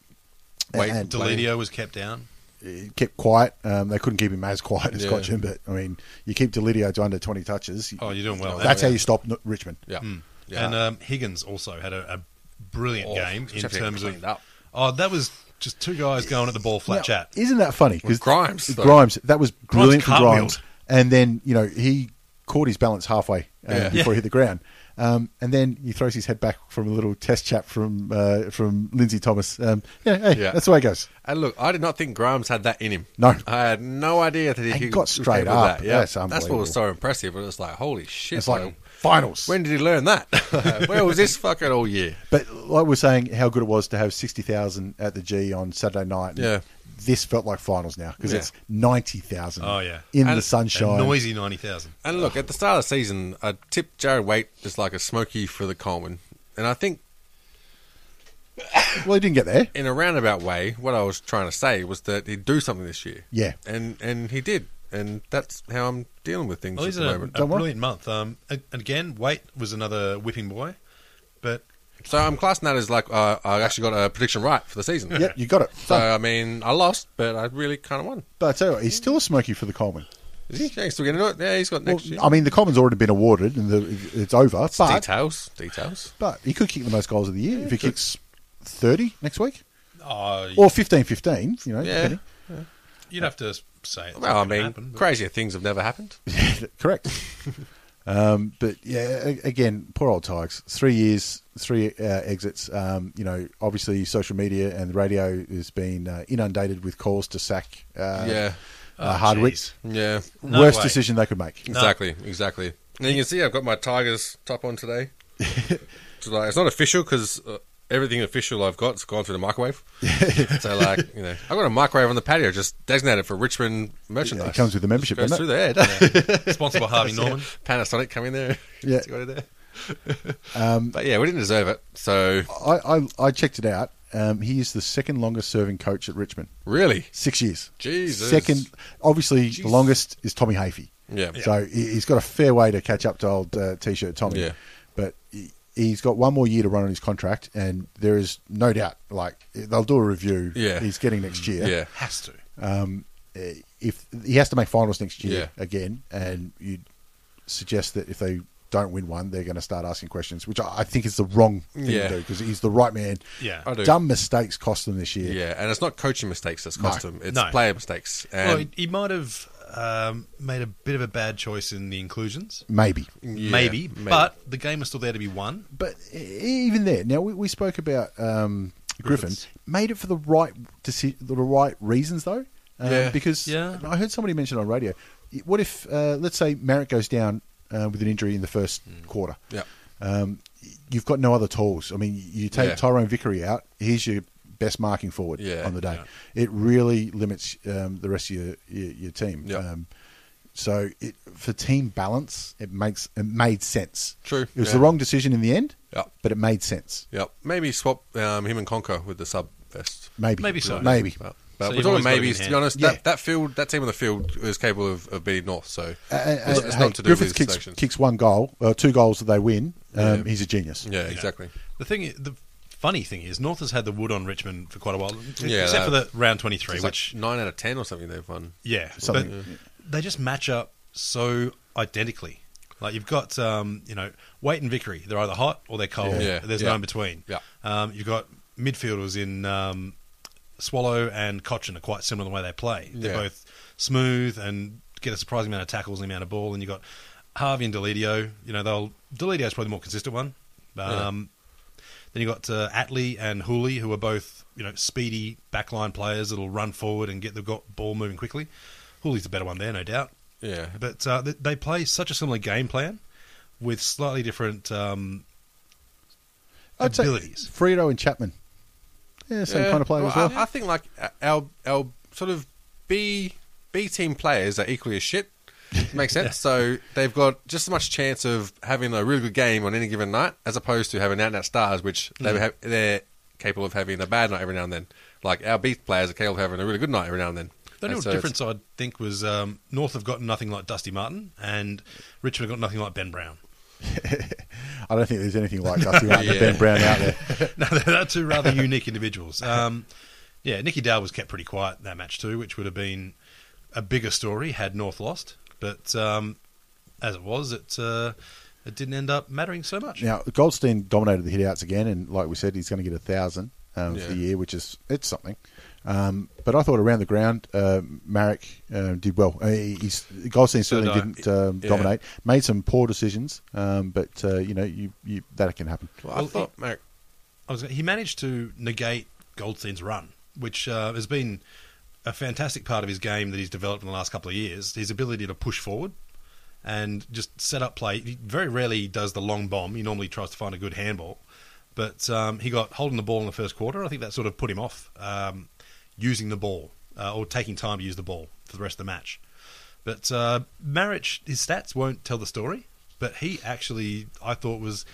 Speaker 5: Wait,
Speaker 3: and-
Speaker 4: Delidio was kept down.
Speaker 3: it kept quiet. Um, they couldn't keep him as quiet as
Speaker 5: Yeah.
Speaker 3: Cochin, but I mean, you keep Delidio to under twenty touches.
Speaker 4: Oh, you're doing well.
Speaker 5: Oh,
Speaker 3: That's
Speaker 5: yeah.
Speaker 3: how you stop N- Richmond.
Speaker 5: yeah. Hmm. Yeah.
Speaker 4: And um, Higgins also had a, a brilliant
Speaker 5: Oh,
Speaker 4: game in
Speaker 5: Sheffield
Speaker 4: terms of.
Speaker 5: cleaned up.
Speaker 4: Oh, that was just two guys going at the ball flat
Speaker 3: Now,
Speaker 4: chat.
Speaker 3: Isn't that funny? Because
Speaker 5: With Grimes, though.
Speaker 3: Grimes, that was brilliant for
Speaker 4: cartwheeled.
Speaker 3: Grimes. And then you know he caught his balance halfway uh,
Speaker 5: Yeah.
Speaker 3: before he hit the ground. Um, and then he throws his head back from a little test chap from uh, from Lindsay Thomas. Um, yeah, hey,
Speaker 5: Yeah.
Speaker 3: that's the way it goes.
Speaker 5: And look, I did not think Grimes had that in him.
Speaker 3: No.
Speaker 5: I had no idea that he,
Speaker 3: And
Speaker 5: could-
Speaker 3: got
Speaker 5: was
Speaker 3: straight
Speaker 5: capable of
Speaker 3: up.
Speaker 5: That. Yeah,
Speaker 3: That's
Speaker 5: what was
Speaker 3: unbelievable.
Speaker 5: so impressive. But it's like, holy shit!
Speaker 3: It's like
Speaker 5: like,
Speaker 3: finals.
Speaker 5: when did he learn that? Where was this fucking all year?
Speaker 3: But like we we're saying, how good it was to have sixty thousand at the G on Saturday night. and
Speaker 5: Yeah.
Speaker 3: this felt like finals now because
Speaker 5: Yeah.
Speaker 3: it's ninety thousand.
Speaker 4: Oh, yeah.
Speaker 3: in
Speaker 5: And-
Speaker 3: the
Speaker 5: and
Speaker 3: sunshine.
Speaker 4: A noisy 90,000.
Speaker 5: And look, at the start of the season, I tipped Jared Waite as like a smoky for the Coleman, and I think
Speaker 3: Well, he didn't get there.
Speaker 5: in a roundabout way, what I was trying to say was that he'd do something this year.
Speaker 3: Yeah.
Speaker 5: and and he did, and that's how I'm dealing with things
Speaker 4: Well,
Speaker 5: at
Speaker 4: he's
Speaker 5: the
Speaker 4: a,
Speaker 5: moment.
Speaker 4: a
Speaker 3: Don't worry.
Speaker 4: brilliant month. Um, and and again, Wait was another whipping boy, but
Speaker 5: so I'm classing that as like uh, I actually got a prediction right for the season.
Speaker 3: Yep, you got it.
Speaker 5: So I mean, I lost, but I really kind of won.
Speaker 3: But I tell you what, he's still a smoky for the Coleman.
Speaker 5: Is he Yeah, he's still going to do it? Yeah, he's got
Speaker 3: Well,
Speaker 5: next year.
Speaker 3: I mean, the Coleman's already been awarded and the, it's over. But,
Speaker 5: details, details.
Speaker 3: but he could kick the most goals of the year if he kicks 30 next week
Speaker 4: oh,
Speaker 3: or 15 15, you know.
Speaker 5: Yeah.
Speaker 4: you'd have to say it.
Speaker 5: Well, I mean, crazier things have never happened.
Speaker 3: depending. Correct. um, but yeah, a- again, poor old Tigers. Three years, three uh, exits. Um, you know, obviously, social media and radio has been uh, inundated with calls to sack uh,
Speaker 5: Yeah. Oh,
Speaker 3: uh, Hardwick.
Speaker 5: Yeah,
Speaker 4: No
Speaker 3: Worst
Speaker 4: way.
Speaker 3: decision they could make.
Speaker 5: exactly, exactly. And you can see I've got my Tigers top on today. It's like- it's not official because uh, everything official I've got has gone through the microwave. so, like, you know, I've got a microwave on the patio just designated for Richmond merchandise.
Speaker 3: it comes with the
Speaker 5: Just
Speaker 3: membership,
Speaker 5: goes
Speaker 3: doesn't
Speaker 5: through
Speaker 3: it?
Speaker 5: there. doesn't it?
Speaker 4: Sponsored by Harvey Norman.
Speaker 5: Panasonic coming there.
Speaker 3: Yeah. Um,
Speaker 5: It's got it there. but yeah, we didn't deserve it. So,
Speaker 3: I, I, I checked it out. Um, he is the second longest serving coach at Richmond.
Speaker 5: really,
Speaker 3: Six years.
Speaker 5: Jesus.
Speaker 3: Second, obviously, the longest is Tommy Hafey.
Speaker 5: Yeah. Yeah.
Speaker 3: So he- he's got a fair way to catch up to old uh, T-shirt Tommy.
Speaker 5: Yeah.
Speaker 3: But he- he's got one more year to run on his contract, and there is no doubt, like, they'll do a review.
Speaker 5: Yeah.
Speaker 3: He's getting next year.
Speaker 5: yeah.
Speaker 4: Has to.
Speaker 3: Uh, If he has to make finals next year
Speaker 5: Yeah.
Speaker 3: again, and you suggest that if they don't win one, they're going to start asking questions, which I I think is the wrong thing
Speaker 5: Yeah.
Speaker 3: to do because he's the right man.
Speaker 4: Yeah.
Speaker 5: I do.
Speaker 3: Dumb mistakes cost them this year.
Speaker 5: Yeah, and it's not coaching mistakes that's cost him; it's
Speaker 4: No.
Speaker 5: player mistakes.
Speaker 4: well,
Speaker 5: And
Speaker 4: he, he might have um, made a bit of a bad choice in the inclusions.
Speaker 3: Maybe.
Speaker 5: yeah,
Speaker 4: maybe, but the game was still there to be won.
Speaker 3: But e- even there, now we, we spoke about um, Griffin
Speaker 4: Griffiths.
Speaker 3: made it for the right deci- the right reasons though. Um,
Speaker 5: Yeah.
Speaker 3: Because
Speaker 4: Yeah.
Speaker 3: I heard somebody mention on radio. What if uh, let's say Merritt goes down uh, with an injury in the first quarter?
Speaker 5: Hmm. yeah,
Speaker 3: Um, you've got no other tools. I mean, you take
Speaker 5: Yeah.
Speaker 3: Tyrone Vickery out. He's your best marking forward
Speaker 5: Yeah,
Speaker 3: on the day. It really limits um, the rest of your your, your team.
Speaker 5: Yeah.
Speaker 3: Um, so it, for team balance, it makes it made sense.
Speaker 5: True,
Speaker 3: It was
Speaker 5: yeah.
Speaker 3: the wrong decision in the end.
Speaker 5: Yeah.
Speaker 3: But it made sense.
Speaker 5: yeah. Maybe swap um, him and Conker with the sub best.
Speaker 3: Maybe.
Speaker 4: Maybe so.
Speaker 3: Maybe. Uh,
Speaker 5: But,
Speaker 4: So
Speaker 5: but
Speaker 4: you've
Speaker 5: we're talking
Speaker 4: always got it
Speaker 5: maybes.
Speaker 4: in
Speaker 5: To be
Speaker 4: hand.
Speaker 5: honest,
Speaker 3: Yeah.
Speaker 5: that, that field, that team on the field, is capable of, of beating North. So
Speaker 3: Uh,
Speaker 5: it's,
Speaker 3: uh,
Speaker 5: it's
Speaker 3: hey,
Speaker 5: not to do
Speaker 3: Griffiths
Speaker 5: with
Speaker 3: kicks,
Speaker 5: selections.
Speaker 3: kicks one goal, uh, two goals that they win. Um,
Speaker 5: Yeah.
Speaker 3: He's a genius.
Speaker 5: yeah, exactly.
Speaker 4: The thing, i- the funny thing is, North has had the wood on Richmond for quite a while, e-,
Speaker 5: Yeah,
Speaker 4: except for
Speaker 5: that-
Speaker 4: the round twenty three,
Speaker 5: It's
Speaker 4: which
Speaker 5: like nine out of ten or something they've won.
Speaker 4: yeah, but
Speaker 3: Something, yeah.
Speaker 4: they just match up so identically. Like you've got, um, you know, Wait and Vickery. They're either hot or they're cold.
Speaker 5: Yeah. Yeah.
Speaker 4: There's
Speaker 5: Yeah.
Speaker 4: no in between.
Speaker 5: Yeah.
Speaker 4: Um, you've got midfielders in um, Swallow and Cochin are quite similar in the way they play. They're
Speaker 5: Yeah.
Speaker 4: both smooth and get a surprising amount of tackles and amount of ball. And you've got Harvey and Delidio. You know, they'll Delidio's probably the more consistent one. Um, Then you've got uh, Atley and Hooley, who are both, you know, speedy backline players that'll run forward and get the go- ball moving quickly. Hooley's the better one there, no doubt.
Speaker 5: Yeah,
Speaker 4: But uh, th- they play such a similar game plan with slightly different um,
Speaker 3: I'd say
Speaker 4: abilities.
Speaker 3: Frito and Chapman. Yeah, same
Speaker 5: Yeah.
Speaker 3: kind of player
Speaker 5: Well,
Speaker 3: as well.
Speaker 5: I, I think like our our sort of B B team players are equally as shit. Makes sense. So they've got just as much chance of having a really good game on any given night, as opposed to having out and out stars, which
Speaker 4: Mm.
Speaker 5: they have, they're capable of having a bad night every now and then. Like our B players are capable of having a really good night every now and then.
Speaker 4: The
Speaker 5: And
Speaker 4: only
Speaker 5: so
Speaker 4: real
Speaker 5: it's-
Speaker 4: difference I'd think was um, North have got nothing like Dusty Martin, and Richmond have got nothing like Ben Brown.
Speaker 3: I don't think there's anything like Dusty Martin and
Speaker 5: Yeah.
Speaker 3: Ben Brown out there.
Speaker 4: no, they're two rather unique individuals. Um, yeah, Nicky Dale was kept pretty quiet that match too, which would have been a bigger story had North lost. But um, as it was, it uh, it didn't end up mattering so much.
Speaker 3: Now Goldstein dominated the hitouts again, and like we said, he's going to get a thousand. um, for
Speaker 5: Yeah.
Speaker 3: the year, which is it's something. Um, but I thought around the ground, uh, Marek uh, did well. Uh, he- he's, Goldstein certainly
Speaker 4: did I.
Speaker 3: didn't um,
Speaker 5: Yeah.
Speaker 3: dominate. Made some poor decisions, um, but uh, you know you, you, that can happen.
Speaker 5: Well,
Speaker 4: Well,
Speaker 5: I thought, Mark,
Speaker 4: I was, he managed to negate Goldstein's run, which uh, has been a fantastic part of his game that he's developed in the last couple of years. His ability to push forward and just set up play. He very rarely does the long bomb. He normally tries to find a good handball, but um, he got holding the ball in the first quarter. I think that sort of put him off um, using the ball uh, or taking time to use the ball for the rest of the match. But uh, Maric, his stats won't tell the story, but he actually, I thought, was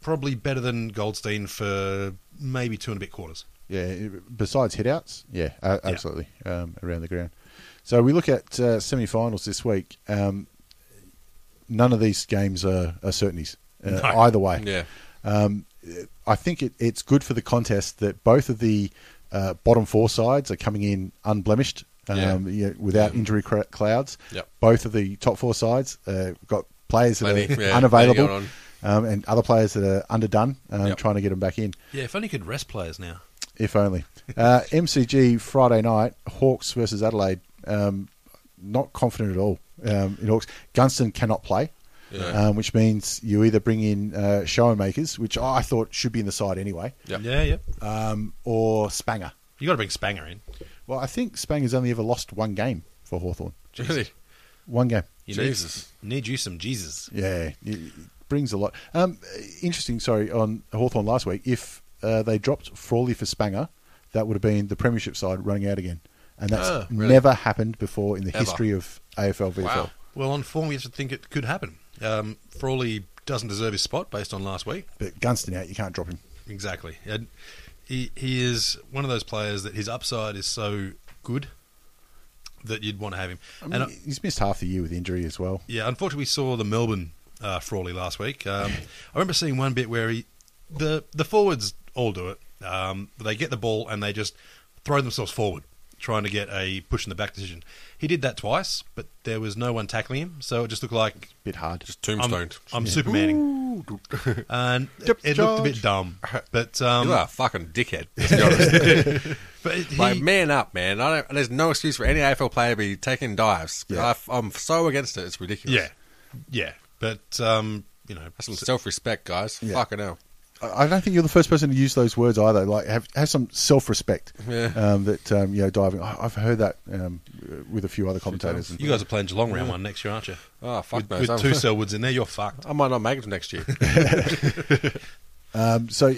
Speaker 4: probably better than Goldstein for maybe two and a bit quarters.
Speaker 3: Yeah, besides headouts, yeah, uh, absolutely Um, around the ground. So we look at uh, semi-finals this week. Um, none of these games are, are certainties uh,
Speaker 4: No.
Speaker 3: either way.
Speaker 5: yeah,
Speaker 3: Um, I think it, it's good for the contest that both of the uh, bottom four sides are coming in unblemished, um,
Speaker 5: Yeah.
Speaker 3: you know, without injury cra- clouds.
Speaker 5: Yep.
Speaker 3: Both of the top four sides uh, got players that
Speaker 5: Plenty,
Speaker 3: are
Speaker 5: yeah, plenty
Speaker 3: unavailable
Speaker 5: going
Speaker 3: um, and other players that are underdone, um,
Speaker 5: Yep.
Speaker 3: trying to get them back in.
Speaker 4: Yeah, if only could rest players now.
Speaker 3: If only. Uh, MCG Friday night, Hawks versus Adelaide. Um, not confident at all um, in Hawks. Gunston cannot play,
Speaker 5: Yeah.
Speaker 3: um, which means you either bring in uh, show makers, which I thought should be in the side anyway,
Speaker 5: Yep.
Speaker 4: Yeah, yeah.
Speaker 3: um, or Spanger.
Speaker 4: You got to bring Spanger in.
Speaker 3: Well, I think Spanger's only ever lost one game for Hawthorn.
Speaker 5: really.
Speaker 3: One game.
Speaker 4: You
Speaker 5: Jesus.
Speaker 4: Need, need you some Jesus.
Speaker 3: Yeah, it it brings a lot. Um, interesting, sorry, on Hawthorn last week, if uh, they dropped Frawley for Spanger, that would have been the Premiership side running out again. And that's
Speaker 5: Ah, really?
Speaker 3: never happened before in the
Speaker 5: Ever.
Speaker 3: history of AFL VFL.
Speaker 5: Wow.
Speaker 4: Well, on form, you should think it could happen. Um, Frawley doesn't deserve his spot based on last week.
Speaker 3: But Gunston out, you can't drop him.
Speaker 4: Exactly. And he, he is one of those players that his upside is so good that you'd want to have him.
Speaker 3: I mean,
Speaker 4: and I-
Speaker 3: he's missed half the year with injury as well.
Speaker 4: Yeah, unfortunately, we saw the Melbourne uh, Frawley last week. Um, I remember seeing one bit where he, the the forwards all do it. Um, they get the ball and they just throw themselves forward, trying to get a push in the back decision. He did that twice, but there was no one tackling him, so it just looked like
Speaker 3: Bit hard.
Speaker 5: Just
Speaker 4: I'm,
Speaker 5: tombstoned.
Speaker 4: I'm Supermaning, and it,
Speaker 3: Dip
Speaker 4: it looked a
Speaker 3: charge.
Speaker 4: bit dumb. But um,
Speaker 5: you are a fucking dickhead. To be honest.
Speaker 4: but he-
Speaker 5: like, man up, man. I don't, there's no excuse for any AFL player to be taking dives.
Speaker 3: Yeah.
Speaker 5: I, am so against it. It's ridiculous.
Speaker 4: yeah, yeah. But um, you know,
Speaker 5: That's some self respect, guys. Fucking hell.
Speaker 3: I I don't think you're the first person to use those words either. Like, have have some self respect.
Speaker 5: Yeah.
Speaker 3: Um, that um, you know, diving. I, I've heard that um, with a few other commentators.
Speaker 4: you guys are playing Geelong round one next year, aren't you?
Speaker 5: Oh, fuck
Speaker 4: with,
Speaker 5: no.
Speaker 4: with
Speaker 5: I'm-
Speaker 4: two Selwoods in there, you're fucked.
Speaker 5: I might not make it to next year.
Speaker 3: Um, so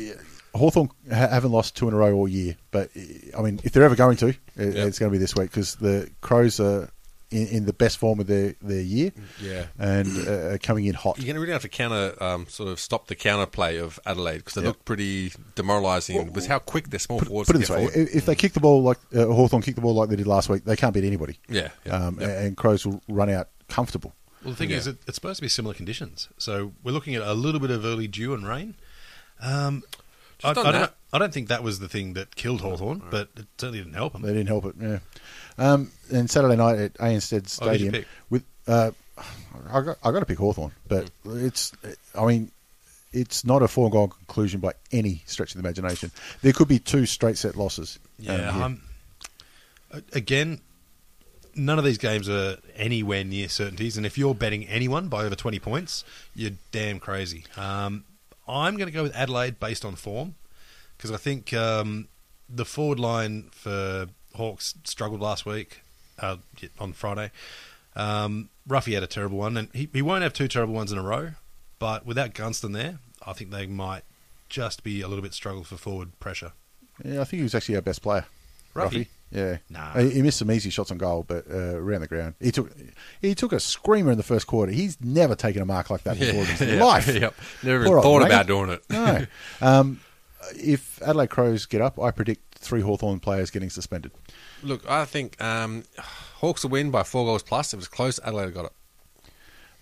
Speaker 3: Hawthorn ha- haven't lost two in a row all year, but I mean, if they're ever going to, it, it's going to be this week because the Crows are in, in the best form of their, their year,
Speaker 5: Yeah.
Speaker 3: and uh, are coming in hot.
Speaker 5: You're going to really have to counter, um, sort of stop the counter play of Adelaide because they
Speaker 3: Yeah.
Speaker 5: look pretty demoralising with how quick their small forwards
Speaker 3: Put it
Speaker 5: get
Speaker 3: this way:
Speaker 5: forward.
Speaker 3: if if they kick the ball like uh, Hawthorn kick the ball like they did last week, they can't beat anybody.
Speaker 5: Yeah, yeah,
Speaker 3: um,
Speaker 5: yeah.
Speaker 3: and Crows will run out comfortable.
Speaker 4: Well, the thing
Speaker 5: Yeah.
Speaker 4: is, it, it's supposed to be similar conditions. So we're looking at a little bit of early dew and rain. Um, I, I,
Speaker 5: Just on
Speaker 4: don't,
Speaker 5: that.
Speaker 4: know- I don't think that was the thing that killed Hawthorn, but it certainly didn't help
Speaker 3: They
Speaker 4: him.
Speaker 3: didn't help it. Yeah. Um, and Saturday night at ANZ
Speaker 4: Oh, who'd you
Speaker 3: Stadium
Speaker 4: pick?
Speaker 3: with uh, I got I got to pick Hawthorn, but it's I mean it's not a foregone conclusion by any stretch of the imagination. There could be two straight set losses.
Speaker 4: Yeah,
Speaker 3: um, here.
Speaker 4: I'm- a- again, none of these games are anywhere near certainties. And if you're betting anyone by over 20 points, you're damn crazy. Um, I'm going to go with Adelaide based on form because I think um, the forward line for Hawks struggled last week uh, on Friday. Um, Ruffy had a terrible one, and he, he won't have two terrible ones in a row. But without Gunston there, I think they might just be a little bit struggled for forward pressure.
Speaker 3: yeah, I think he was actually our best player.
Speaker 4: Ruffy?
Speaker 3: Yeah,
Speaker 4: Nah.
Speaker 3: he, he missed some easy shots on goal, but uh, around the ground, he took he took a screamer in the first quarter. He's never taken a mark like that before in his
Speaker 5: Yeah,
Speaker 3: life.
Speaker 5: Yep. Never
Speaker 3: Poor old
Speaker 5: even thought
Speaker 3: mate.
Speaker 5: about doing it.
Speaker 3: No. Um, if Adelaide Crows get up, I predict three Hawthorn players getting suspended.
Speaker 5: Look, I think um, Hawks will win by four goals plus. It was close. Adelaide got it.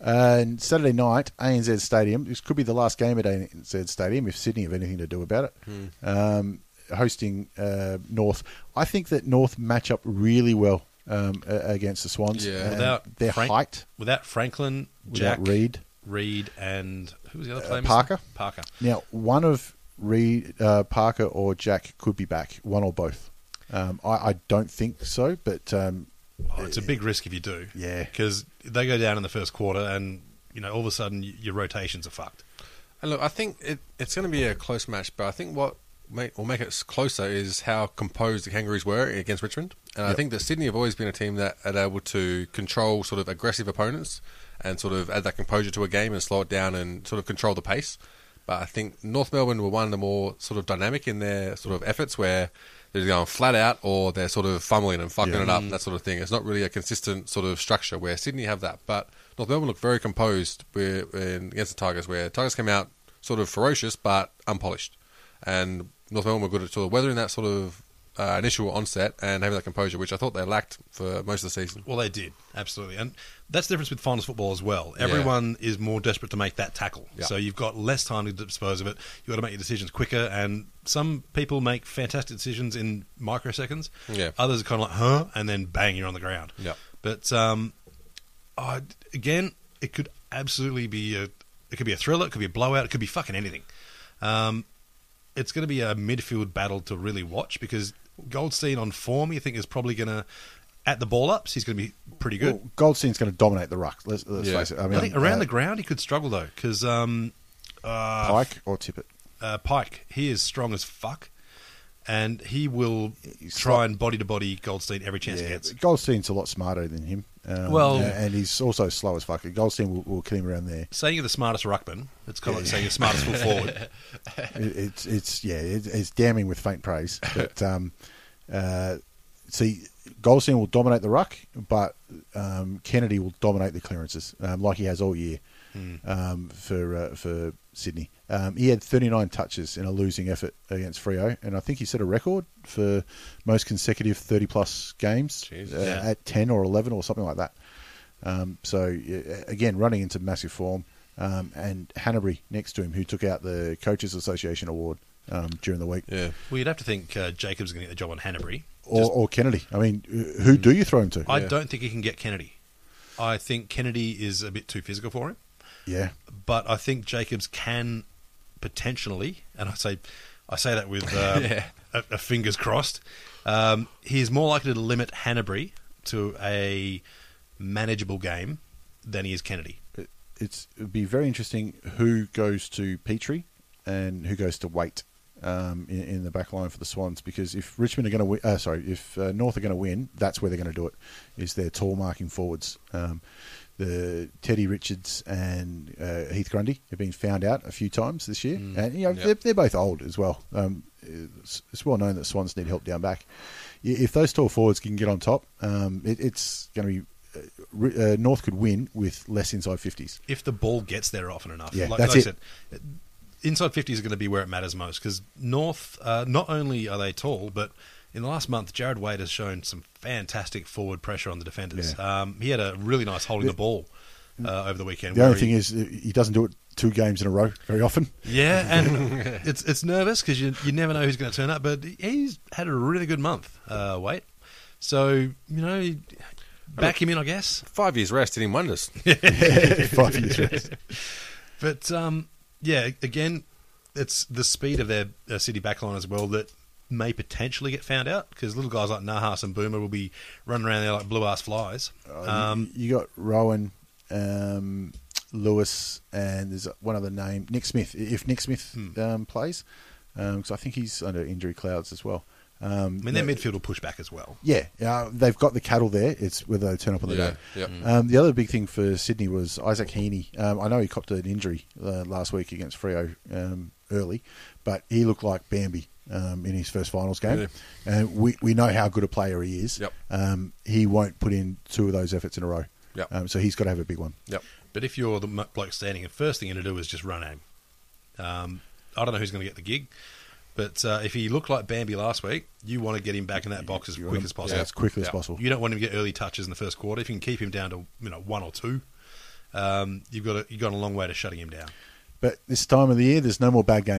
Speaker 3: And Saturday night, ANZ Stadium. This could be the last game at ANZ Stadium if Sydney have anything to do about it.
Speaker 4: Hmm.
Speaker 3: Um, hosting uh, North, I think that North match up really well um, a- against the Swans.
Speaker 5: Yeah.
Speaker 3: And
Speaker 4: Without
Speaker 3: their
Speaker 4: Frank-
Speaker 3: height,
Speaker 4: Without Franklin,
Speaker 3: without
Speaker 4: Jack,
Speaker 3: Reed. Uh,
Speaker 4: Reed, and who was the other player?
Speaker 3: Parker.
Speaker 4: Parker.
Speaker 3: Now, one of Reed, uh, Parker, or Jack could be back, one or both. Um, I, I don't think so, but um,
Speaker 4: Oh, it's a big risk if you do.
Speaker 3: Yeah.
Speaker 4: Because they go down in the first quarter and, you know, all of a sudden y- your rotations are fucked.
Speaker 5: And look, I think it, it's going to be a close match, but I think what make, will make it s- closer is how composed the Kangaroos were against Richmond. And I think that Sydney have always been a team that are able to control sort of aggressive opponents and sort of add that composure to a game and slow it down and sort of control the pace. But I think North Melbourne were one of the more sort of dynamic in their sort of efforts where they're going flat out or they're sort of fumbling and fucking it up and that sort of thing. It's not really a consistent sort of structure where Sydney have that. But North Melbourne looked very composed where, in, against the Tigers, where Tigers came out sort of ferocious but unpolished. And North Melbourne were good at sort of weathering that sort of uh, initial onset and having that composure, which I thought they lacked for most of the season.
Speaker 4: Well, they did absolutely, and that's the difference with finals football as well. Everyone is more desperate to make that tackle,
Speaker 5: Yeah.
Speaker 4: so you've got less time to dispose of it. You've got to make your decisions quicker, and some people make fantastic decisions in microseconds.
Speaker 5: Yeah.
Speaker 4: others are kind of like, huh, and then bang, you're on the ground.
Speaker 5: Yeah.
Speaker 4: but um, I again, it could absolutely be a, it could be a thriller, it could be a blowout, it could be fucking anything. Um, it's going to be a midfield battle to really watch because Goldstein on form, you think is probably going to at the ball ups, he's going to be pretty good.
Speaker 3: well, Goldstein's going to dominate the ruck. Let's, let's
Speaker 5: Yeah.
Speaker 3: face it. I
Speaker 4: I,
Speaker 3: mean,
Speaker 4: think around
Speaker 3: uh,
Speaker 4: the ground he could struggle though because um, uh,
Speaker 3: Pike or Tippett.
Speaker 4: uh, Pike, he is strong as fuck, and he will
Speaker 3: He's
Speaker 4: try
Speaker 3: sli-
Speaker 4: and body to body Goldstein every chance
Speaker 3: Yeah,
Speaker 4: he gets.
Speaker 3: Goldstein's a lot smarter than him. Um,
Speaker 4: Well-
Speaker 3: and- and he's also slow as fuck. Goldstein will, will kill him around there.
Speaker 4: Saying you're the smartest ruckman, it's kind of like saying you're the smartest full forward.
Speaker 3: It- it's it's yeah, it, it's damning with faint praise. But um, uh, see, Goldstein will dominate the ruck, but um, Kennedy will dominate the clearances um, like he has all year um, for uh, for Sydney. Um, he had 39 touches in a losing effort against Frio, and I think he set a record for most consecutive 30 plus games
Speaker 5: Jeez.
Speaker 3: uh,
Speaker 4: Yeah.
Speaker 3: at 10 or 11 or something like that. Um, so uh, again, running into massive form, um, and Hanbury next to him, who took out the Coaches Association award um, during the week,
Speaker 5: Yeah.
Speaker 4: Well, you'd have to think uh, Jacobs going to get the job on Hanbury.
Speaker 3: or, or Kennedy. I mean, wh- who do you throw him to?
Speaker 4: I don't think he can get Kennedy. I think Kennedy is a bit too physical for him.
Speaker 3: yeah,
Speaker 4: but I think Jacobs can potentially, and I say, I say that with um, a, a fingers crossed. Um, he is more likely to limit Hanbury to a manageable game than he is Kennedy.
Speaker 3: It- it's it'd be very interesting who goes to Petrie and who goes to Waite um, in, in the back line for the Swans because if Richmond are going to win, uh, sorry, if uh, North are going to win, that's where they're going to do it. Is their tall marking forwards, um, the Teddy Richards and uh, Heath Grundy have been found out a few times this year, and you know
Speaker 5: Yep.
Speaker 3: they're, they're both old as well. Um, it's, it's well known that Swans need help down back. I- If those tall forwards can get on top, um, it, it's going to be. uh, Ri- Uh, North could win with less inside fifties.
Speaker 4: If the ball gets there often enough,
Speaker 3: Yeah,
Speaker 4: like,
Speaker 3: that's
Speaker 4: like
Speaker 3: it.
Speaker 4: I said, inside fifty is going to be where it matters most because North. Uh, not only are they tall, but in the last month, Jared Wade has shown some fantastic forward pressure on the defenders. Um, he had a really nice holding the ball uh, over the weekend.
Speaker 3: The only
Speaker 4: where he-
Speaker 3: thing is, uh, he doesn't do it two games in a row very often.
Speaker 4: Yeah, and it's it's nervous because you you never know who's going to turn up. But he's had a really good month. Uh, wait, so you know, back him in, I guess.
Speaker 5: Five years rest did him wonders.
Speaker 3: Five years. rest.
Speaker 4: But um, yeah, again, it's the speed of their uh, city backline as well that may potentially get found out because little guys like Nahas and Boomer will be running around there like blue ass flies.
Speaker 3: Um,
Speaker 4: Um,
Speaker 3: you got Rowan, um, Lewis, and there's one other name, Nick Smith. If Nick Smith
Speaker 4: Hmm.
Speaker 3: um, plays, because I think he's under injury clouds as well. Um,
Speaker 4: I mean, their midfield will push back as well.
Speaker 3: Yeah, uh, they've got the cattle there. It's whether they turn up on the
Speaker 5: Yeah,
Speaker 3: day.
Speaker 5: yeah.
Speaker 4: Mm.
Speaker 3: Um, the other big thing for Sydney was Isaac Heaney. Um, I know he copped an injury uh, last week against Frio um, early, but he looked like Bambi um, in his first finals game.
Speaker 5: Yeah.
Speaker 3: And we, we know how good a player he is.
Speaker 5: Yep.
Speaker 3: Um, he won't put in two of those efforts in a row.
Speaker 5: Yep.
Speaker 3: Um, so he's got to have a big one.
Speaker 5: Yep.
Speaker 4: But if you're the m- bloke standing, the first thing you're going to do is just run at him. Um, I don't know who's going to get the gig, but uh, if he looked like Bambi last week, you want to get him back in that box as
Speaker 3: You
Speaker 4: quick
Speaker 3: want
Speaker 4: as
Speaker 3: him-
Speaker 4: possible.
Speaker 3: yeah, as quickly as
Speaker 5: Yeah.
Speaker 3: possible.
Speaker 4: You don't want him to get early touches in the first quarter. If you can keep him down to you know one or two, um, you've got a, you've gone a long way to shutting him down.
Speaker 3: But this time of the year, there's no more bad games.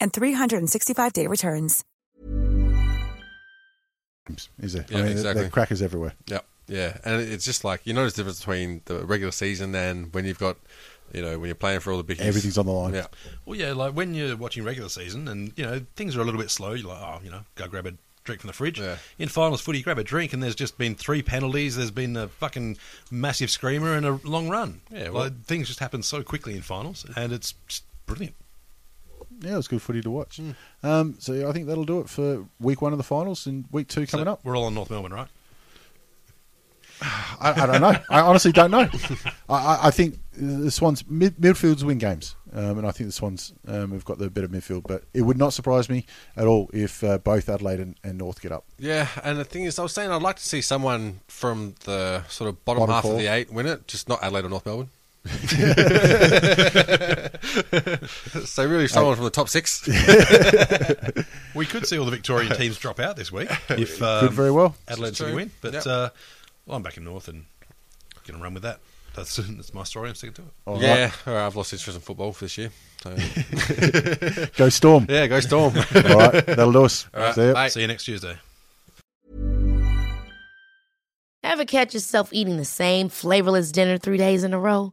Speaker 6: and 365-day returns.
Speaker 3: Is there?
Speaker 5: Yeah,
Speaker 3: I mean,
Speaker 5: exactly.
Speaker 3: They're crackers everywhere.
Speaker 5: Yep. Yeah. And it- it's just like you notice the difference between the regular season and when you've got, you know, when you're playing for all the big
Speaker 3: Everything's on the line.
Speaker 5: Yeah.
Speaker 4: Well, yeah, like when you're watching regular season and, you know, things are a little bit slow, you're like, oh, you know, go grab a drink from the fridge.
Speaker 5: Yeah.
Speaker 4: In finals footy, you grab a drink and there's just been three penalties, there's been a fucking massive screamer and a long run.
Speaker 5: Yeah, well-
Speaker 4: like, things just happen so quickly in finals and it's just brilliant.
Speaker 3: Yeah, it's good footy to watch. Um, so yeah, I think that'll do it for week one of the finals and week two coming
Speaker 4: So
Speaker 3: up.
Speaker 4: We're all on North Melbourne, right?
Speaker 3: I, I don't know. I honestly don't know. I, I, I think the Swans mid, midfields win games, um, and I think the Swans um, have got the better midfield. But it would not surprise me at all if uh, both Adelaide and, and North get up.
Speaker 5: Yeah, and the thing is, I was saying I'd like to see someone from the sort of bottom,
Speaker 3: Bottom
Speaker 5: half
Speaker 3: four.
Speaker 5: of the eight win it, just not Adelaide or North Melbourne. so really, someone from the top six.
Speaker 4: We could see all the Victorian teams drop out this week if
Speaker 3: Could
Speaker 4: um,
Speaker 3: very well.
Speaker 4: Adelaide
Speaker 5: It's
Speaker 4: City
Speaker 5: true.
Speaker 4: win. But
Speaker 5: Yep.
Speaker 4: uh, well, I'm back in North and going to run with that. That's, that's my story. I'm sticking to it.
Speaker 3: All right.
Speaker 5: yeah, all right, I've lost interest in football for this year. So.
Speaker 3: Go Storm.
Speaker 5: yeah, go Storm.
Speaker 3: All right, that'll do us.
Speaker 5: All right,
Speaker 3: See ya.
Speaker 5: bye.
Speaker 4: See you next Tuesday.
Speaker 7: Ever catch yourself eating the same flavorless dinner three days in a row?